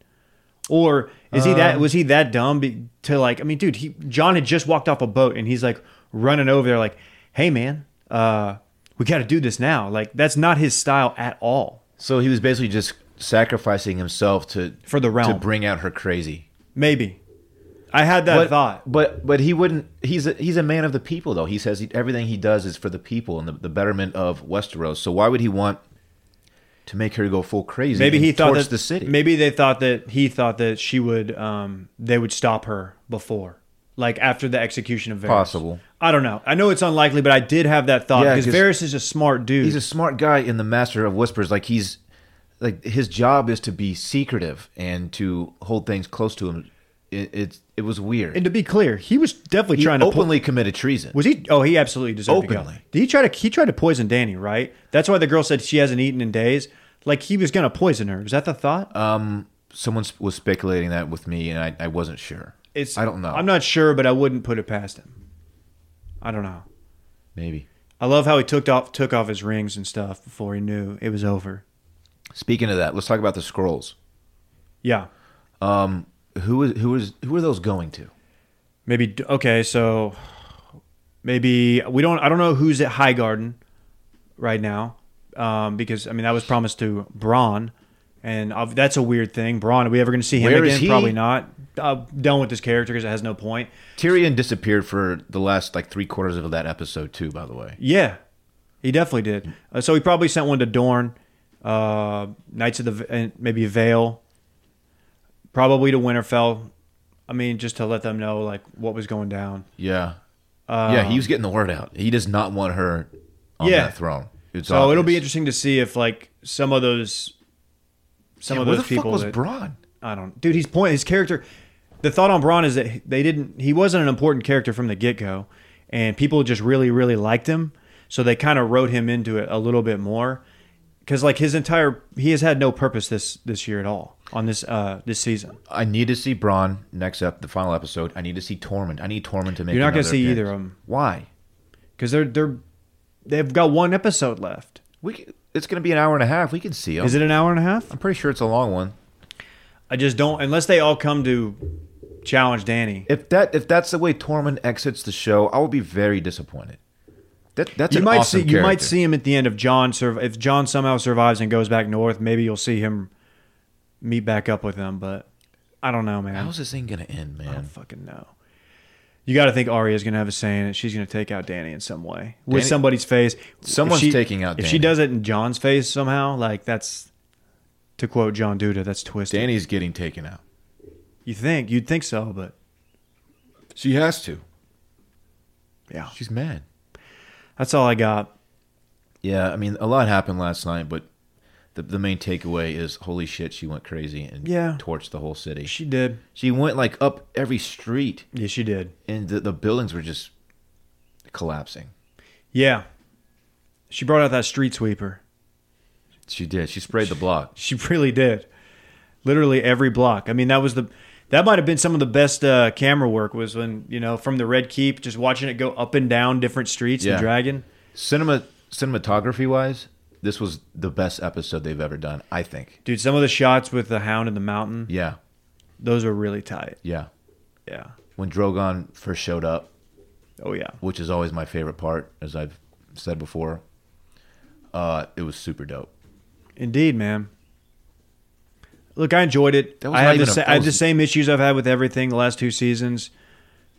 Or is he
Uh.
that? Was he that dumb be, to like? I mean, dude, he John had just walked off a boat and he's like running over there, like, "Hey, man, uh, we got to do this now." Like, that's not his style at all.
so he was basically just sacrificing himself to
For the realm.
to bring out her crazy.
Maybe. I had that
but,
thought.
But but he wouldn't. He's a, he's a man of the people, though. He says he, everything he does is for the people and the, the betterment of Westeros. So why would he want to make her go full crazy?
Maybe
and
he thought
torch
that
the city.
Maybe they thought that he thought that she would um they would stop her before. Like after the execution of Varys.
Possible.
I don't know. I know it's unlikely, but I did have that thought
Yeah,
because
'cause
Varys is a smart dude.
he's a smart guy in the Master of Whispers. Like he's like his job is to be secretive and to hold things close to him. It it, it was weird.
And to be clear, he was definitely
he
trying to pull-
openly committed treason.
Was he? Oh, he absolutely deserved to go.
Openly.
Did he try to? He tried to poison Danny, right? That's why the girl said she hasn't eaten in days. Like he was gonna poison her. Is that the thought?
um, someone sp- was speculating that with me, and I, I wasn't sure.
it's.
I don't know.
I'm not sure, but I wouldn't put it past him. I don't know.
maybe.
I love how he took off took off his rings and stuff before he knew it was over.
Speaking of that, let's talk about the scrolls.
Yeah.
Um, who is who is who are those going to?
Maybe okay, so maybe we don't. I don't know who's at High Garden right now um, because I mean that was promised to Braun, and i that's a weird thing. Braun, are we ever going to see him
Where
again?
is he?
Probably not. I'm done with this character because it has no point.
Tyrion disappeared for the last like three quarters of that episode too. By the way,
Yeah, he definitely did. Uh, so he probably sent one to Dorn, uh, Knights of the V- and maybe Vale, probably to Winterfell. I mean, just to let them know like what was going down.
yeah, yeah, he was getting the word out. He does not want her
Um,
on
Yeah.
that throne. It's
So it'll be
obvious.
interesting to see if like some of those some
Yeah,
of
where
those
the
people
fuck was
that-
Braun?
I don't dude his point his character the thought on Braun is that they didn't he wasn't an important character from the get-go and people just really really liked him so they kind of wrote him into it a little bit more cuz like his entire he has had no purpose this this year at all on this uh this season.
I need to see Braun next up, the final episode. I need to see Tormund. I need Tormund to make.
You're not gonna
going to
see either of them
Why?
cuz they're they're they've got one episode left.
We c it's going to be an hour and a half. We can see him.
Is it an hour and a half?
I'm pretty sure it's a long one.
I just don't unless they all come to challenge Danny.
If that if that's the way Tormund exits the show, I will be very disappointed. That that's
you
an
might
awesome
see you might
character.
see him at the end of John. Sur- if John somehow survives and goes back north, maybe you'll see him meet back up with them. But I don't know, man.
How's this thing going to end,
I don't
man?
fucking know. You got to think Arya's gonna have a say in it. She's gonna take out Danny in some way with
Dany-
somebody's face. If
Someone's
she-
taking out
If she
Dany.
does it in John's face somehow, like that's to quote John Duda, that's twisted.
Danny's getting taken out.
You think you'd think so, but
She has to.
yeah,
She's mad.
that's all I got.
Yeah, I mean, a lot happened last night, but the the main takeaway is holy shit, she went crazy and
Yeah.
torched the whole city.
She did.
She went like up every street,
Yeah, she did.
and the, the buildings were just collapsing.
Yeah, she brought out that street sweeper.
She did. She sprayed the block.
She really did. Literally every block. I mean, that was the that might have been some of the best uh, camera work was when you know from the Red Keep, just watching it go up and down different streets
Yeah.
and dragon.
Cinema cinematography wise, this was the best episode they've ever done. I think.
Dude, some of the shots with the hound in the mountain,
Yeah,
those are really tight.
yeah.
Yeah.
When Drogon first showed up,
Oh yeah.
which is always my favorite part, as I've said before, uh, it was super dope.
Indeed, man. Look, I enjoyed it.
That was
I
not
have, the,
even a-
sa-
that
I have the
was-
same issues I've had with everything the last two seasons.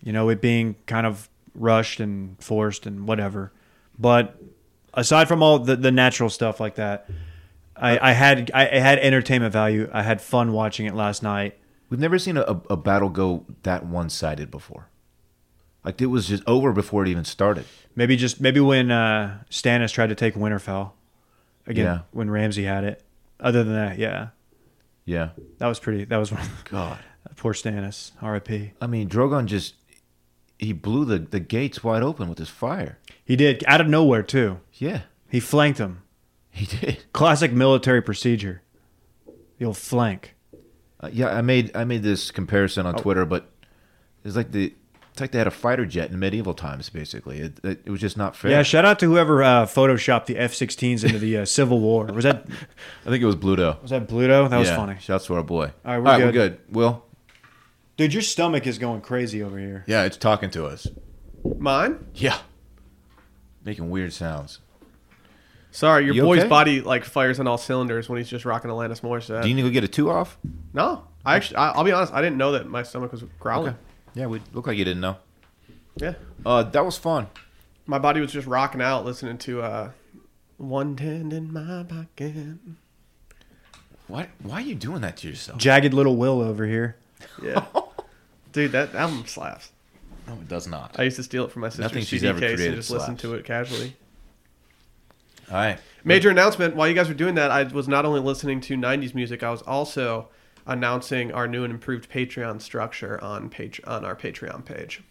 You know, it being kind of rushed and forced and whatever. But aside from all the, the natural stuff like that, I, I had I, I had entertainment value. I had fun watching it last night.
We've never seen a, a battle go that one sided before. Like it was just over before it even started.
Maybe just maybe when uh, Stannis tried to take Winterfell again
Yeah.
when Ramsey had it. Other than that, yeah,
Yeah.
that was pretty. That was one.
God.
Poor Stannis, R.I.P.
I mean, Drogon just he blew the, the gates wide open with his fire.
He did out of nowhere too.
Yeah,
He flanked him.
he did.
Classic military procedure. You'll flank.
Uh, yeah, I made I made this comparison on Twitter, but it's like the it's like they had a fighter jet in medieval times, basically. It, it, it was just not fair.
Yeah, shout out to whoever uh, photoshopped the F-16s into the uh, Civil War. Was that
I think it was Bluto.
was that Bluto? That was
Yeah,
funny.
Shouts to our boy.
All right, we're
we're good. Will,
Dude, your stomach is going crazy over here.
yeah, it's talking to us.
Mine?
Yeah, making weird sounds.
Sorry, your
You
boy's
okay?
body like fires on all cylinders when he's just rocking Alanis Morissette.
Do you need to go get a two off?
no, I actually, I, I'll be honest, I didn't know that my stomach was growling.
Yeah, we look like you didn't know.
Yeah,
Uh, that was fun.
my body was just rocking out listening to uh, "One Hand in My Pocket."
What? Why are you doing that to yourself?
Jagged little Will over here.
Yeah, dude, that album slaps.
No, it does not.
I used to steal it from my sister's
Nothing she's
CD
ever
case and
created
just
slaps.
listen to it casually.
All right.
Major announcement. While you guys were doing that, I was not only listening to 90s music, I was also announcing our new and improved Patreon structure on page on our Patreon page.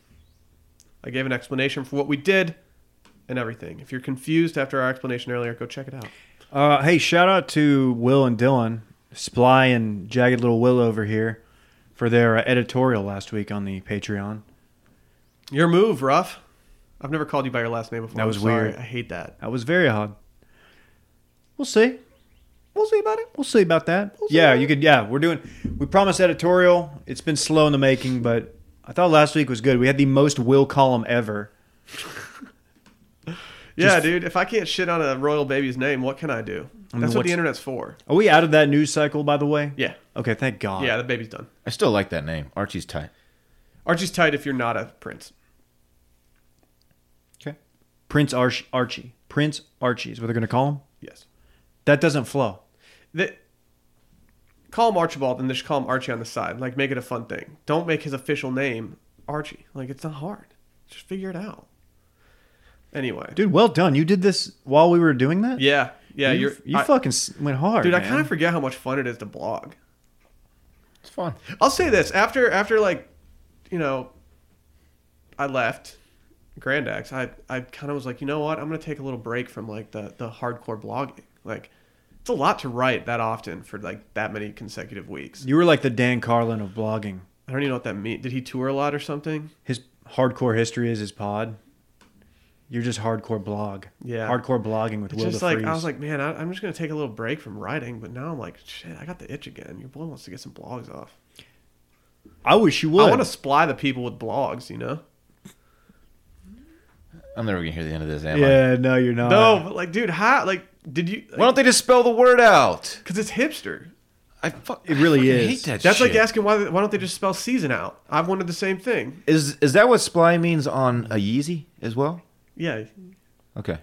I gave an explanation for what we did and everything. If you're confused after our explanation earlier, go check it out.
Uh, hey, shout out to Will and Dylan, Sply and Jagged Little Will over here, for their uh, editorial last week on the Patreon.
Your move, Ruff. I've never called you by your last name before.
That
I'm
was
sorry.
weird.
I hate that.
That was very odd. We'll see.
We'll see about it.
We'll see about that.
We'll see
yeah,
about
you could. Yeah, we're doing. We promised editorial. It's been slow in the making, but I thought last week was good. We had the most will column ever.
yeah, dude. If I can't shit on a royal baby's name, what can I do?
mean,
That's what
what's-
the internet's for.
Are we out of that news cycle, by the way?
Yeah.
Okay, thank God.
Yeah, the baby's done.
I still like that name. Archie's tight.
Archie's tight if you're not a prince.
Okay. Prince Arch- Archie. Prince Archie is what they're going to call him.
Yes.
That doesn't flow.
They, call him Archibald and just call him Archie on the side. Like, make it a fun thing. Don't make his official name Archie. Like, it's not hard. Just figure it out. Anyway.
Dude, well done. You did this while we were doing that?
yeah. Yeah.
you
You're,
you
I-
fucking s- went hard.
Dude, I
man.
kind of forget how much fun it is to blog.
It's fun.
I'll say this after after like, you know, I left Grand Axe. I I kind of was like, you know what? I'm gonna take a little break from like the the hardcore blogging. Like, it's a lot to write that often for like that many consecutive weeks.
You were like the Dan Carlin of blogging.
I don't even know what that means. Did he tour a lot or something?
His hardcore history is his pod. You're just hardcore blog.
Yeah.
Hardcore blogging with
It's
Will
just
the
like
Freeze.
I was like, man, I, I'm just gonna take a little break from writing. But now I'm like, shit, I got the itch again. Your boy wants to get some blogs off.
I wish you would.
I want to supply the people with blogs. You know?
I'm never gonna hear the end of this, am I?
yeah, no, you're not.
no, but like, dude, how? Like, did you?
Why don't they just spell the word out?
Because it's hipster.
I fuck.
It really
I
is.
fucking Hate that
That's
shit.
like asking why why don't they just spell season out? I wanted the same thing.
Is is that what sply means on a Yeezy as well?
Yeah.
Okay.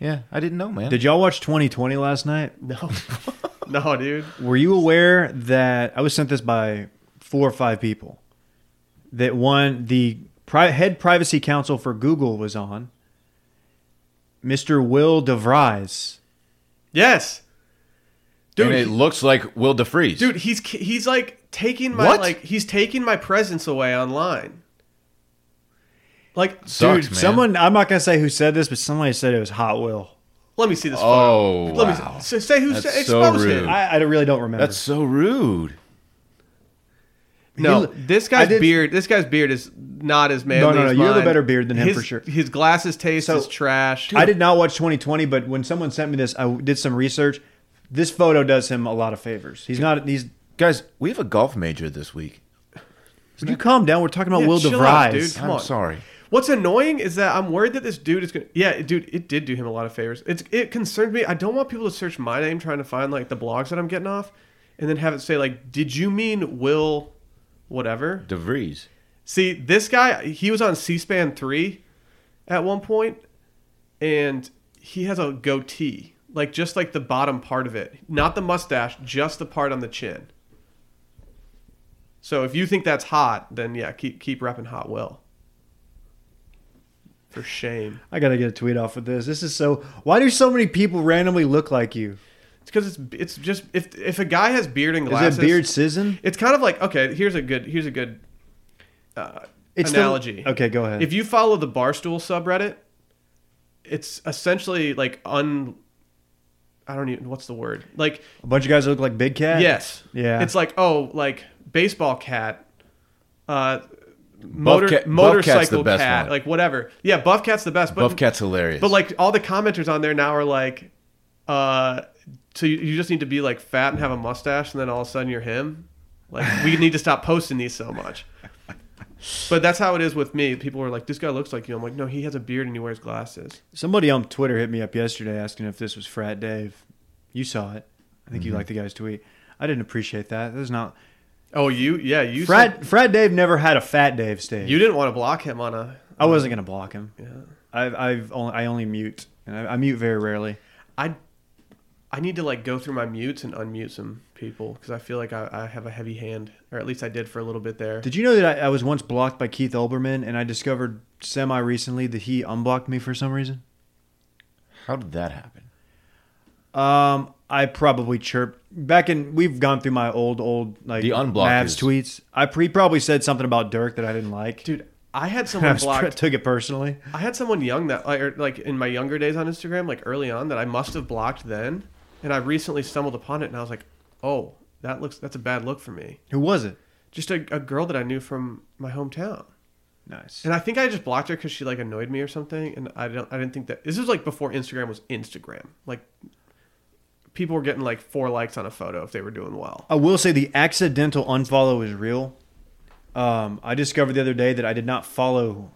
Yeah, I didn't know, man.
Did y'all watch 2020 last night?
No. no, dude.
Were you aware that I was sent this by four or five people? That one, the pri- head privacy counsel for Google was on, Mr. Will DeVries.
Yes.
dude, and
Dude,
it
he-
looks like Will DeFreeze.
dude, he's ki- he's like taking my
What?
like he's taking my presence away online. Like,
Sucks,
Dude,
man.
someone, I'm not going to say who said this, but somebody said it was Hot Will.
let me see this
Oh,
photo. Let me
wow.
s- say, who
That's
say,
so
expose
rude.
him. I-
I, I really don't remember.
That's so rude.
no,
He-
this
I
guy's
did-
beard. This guy's beard is not as manly.
no, no,
as
you have a
mine.
better beard than him
His-
for sure.
His glasses taste
So-
is trash.
I did not watch 2020, but when someone sent me this, I did some research. This photo does him a lot of favors. He's not, he's,
Guys, we have a golf major this week.
would you calm down? We're talking about
Yeah,
Will
chill out,
DeVries.
dude. Come
I'm
on.
sorry.
What's annoying is that I'm worried that this dude is gonna. Yeah, dude, it did do him a lot of favors. It's it concerned me. I don't want people to search my name trying to find like the blogs that I'm getting off, and then have it say like, "Did you mean Will, whatever?"
DeVries.
See, this guy, he was on C-SPAN three, at one point, and he has a goatee, like just like the bottom part of it, not the mustache, just the part on the chin. So if you think that's hot, then yeah, keep keep repping Hot Will. For shame.
I gotta get a tweet off with this. This is so. Why do so many people randomly look like you?
It's because it's it's just if if a guy has beard and glasses,
Is it beard sizzin?
It's kind of like okay, here's a good here's a good uh,
It's the-
analogy.
okay, go ahead.
If you follow the Barstool subreddit, it's essentially like un. I don't even what's the word like
a bunch of guys look like Big Cat.
yes
Yeah.
it's like oh like baseball cat, uh, motor
Cat- Buff Cat's the
motorcycle
best
cat
one.
like whatever yeah buff cat's the best but
Buff Cat's hilarious.
but like all the commenters on there now are like, uh, so you, you just need to be like fat and have a mustache, and then all of a sudden you're him. Like we need to stop posting these so much. But that's how it is with me. People are like, "This guy looks like you." I'm like, "No, he has a beard and he wears glasses."
Somebody on Twitter hit me up yesterday asking if this was Frat Dave. You saw it. I think
Mm-hmm.
you liked the guy's tweet. I didn't appreciate that. There's not
Oh, you? Yeah, you.
Frat.
said-
Frat Dave never had a Fat Dave stage.
you didn't want to block him on a.
I wasn't gonna block him.
Yeah.
I've, I've only I only mute and I, I mute very rarely.
I. I need to like go through my mutes and unmute some people because I feel like I, I have a heavy hand, or at least I did for a little bit there.
Did you know that I, I was once blocked by Keith Olbermann and I discovered semi recently that he unblocked me for some reason?
How did that happen?
Um, I probably chirped back in. We've gone through my old, old like
The unblock
Mavs
is-
tweets. I pre probably said something about Dirk that I didn't like.
dude. I had
I
someone
was-
blocked.
took it personally.
I had someone young that, I- or, like, in my younger days on Instagram, like early on, that I must have blocked then, and I recently stumbled upon it, and I was like, oh, that looks that's a bad look for me.
Who was it?
Just a, a girl that I knew from my hometown,
Nice.
and I think I just blocked her because she like annoyed me or something, and I don't I didn't think that this was like before Instagram was Instagram, like. People were getting like four likes on a photo if they were doing well.
I will say the accidental unfollow is real. Um, I discovered the other day that I did not follow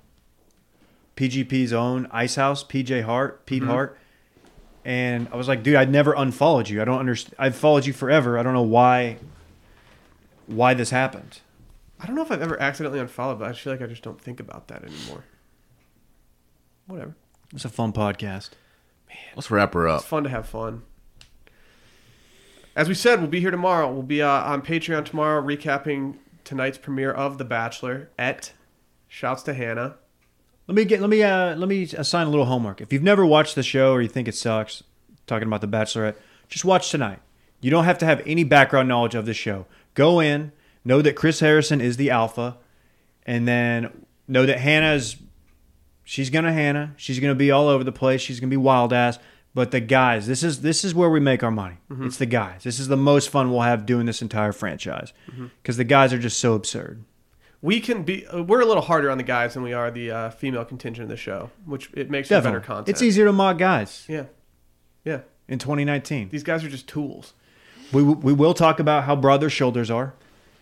PGP's own Ice House, PJ Hart, Pete Hart, and I was like, dude, I never unfollowed you. I don't understand. I've followed you forever. I don't know why. Why this happened?
I don't know if I've ever accidentally unfollowed, but I feel like I just don't think about that anymore. Whatever.
It's a fun podcast.
Let's wrap her up.
It's fun to have fun. As we said, we'll be here tomorrow. We'll be uh, on Patreon tomorrow, recapping tonight's premiere of The Bachelor. Et shouts to Hannah.
Let me get let me uh, let me assign a little homework. If you've never watched the show or you think it sucks, talking about The Bachelorette, just watch tonight. You don't have to have any background knowledge of the show. Go in, know that Chris Harrison is the alpha, and then know that Hannah's she's gonna Hannah. She's gonna be all over the place. She's gonna be wild ass. But the guys, this is this is where we make our money.
Mm-hmm.
It's the guys. This is the most fun we'll have doing this entire franchise
Mm-hmm.
because the guys are just so absurd.
We can be. Uh, we're a little harder on the guys than we are the uh, female contingent of the show, which it makes for better
Definitely.
content.
It's easier to mock guys
Yeah, yeah.
in 2019.
These guys are just tools.
We, we will talk about how broad their shoulders are.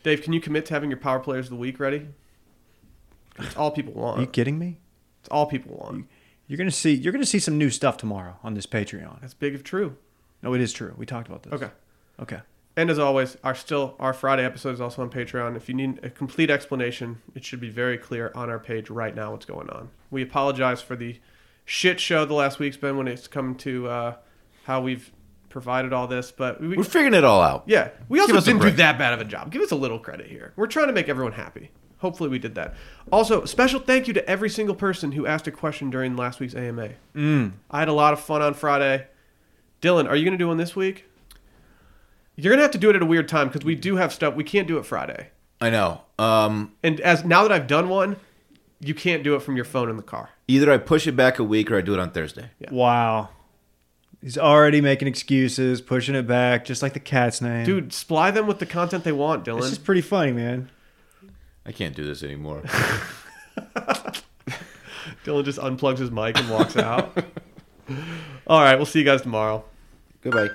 Dave, can you commit to having your power players of the week ready? It's all people want.
Are you kidding me?
it's all people want.
You're gonna see you're gonna see some new stuff tomorrow on this Patreon.
That's big if true.
No, it is true. We talked about this.
Okay.
Okay.
And as always, our still our Friday episode is also on Patreon. If you need a complete explanation, it should be very clear on our page right now what's going on. We apologize for the shit show the last week's been when it's come to uh, how we've provided all this, but we,
We're figuring it all out.
yeah, we also
Give us a
didn't do
break.
that bad of a job. Give us a little credit here. We're trying to make everyone happy. Hopefully, we did that. Also, special thank you to every single person who asked a question during last week's AMA. Mm. I had a lot of fun on Friday. Dylan, are you going to do one this week? You're going to have to do it at a weird time because we do have stuff. We can't do it Friday.
I know. Um,
And as now that I've done one, you can't do it from your phone in the car.
either I push it back a week or I do it on Thursday.
Yeah.
Wow. He's already making excuses, pushing it back, just like the cat's name.
Dude, supply them with the content they want, Dylan.
this is pretty funny, man.
I can't do this anymore.
Dylan just unplugs his mic and walks out. All right, we'll see you guys tomorrow.
Goodbye.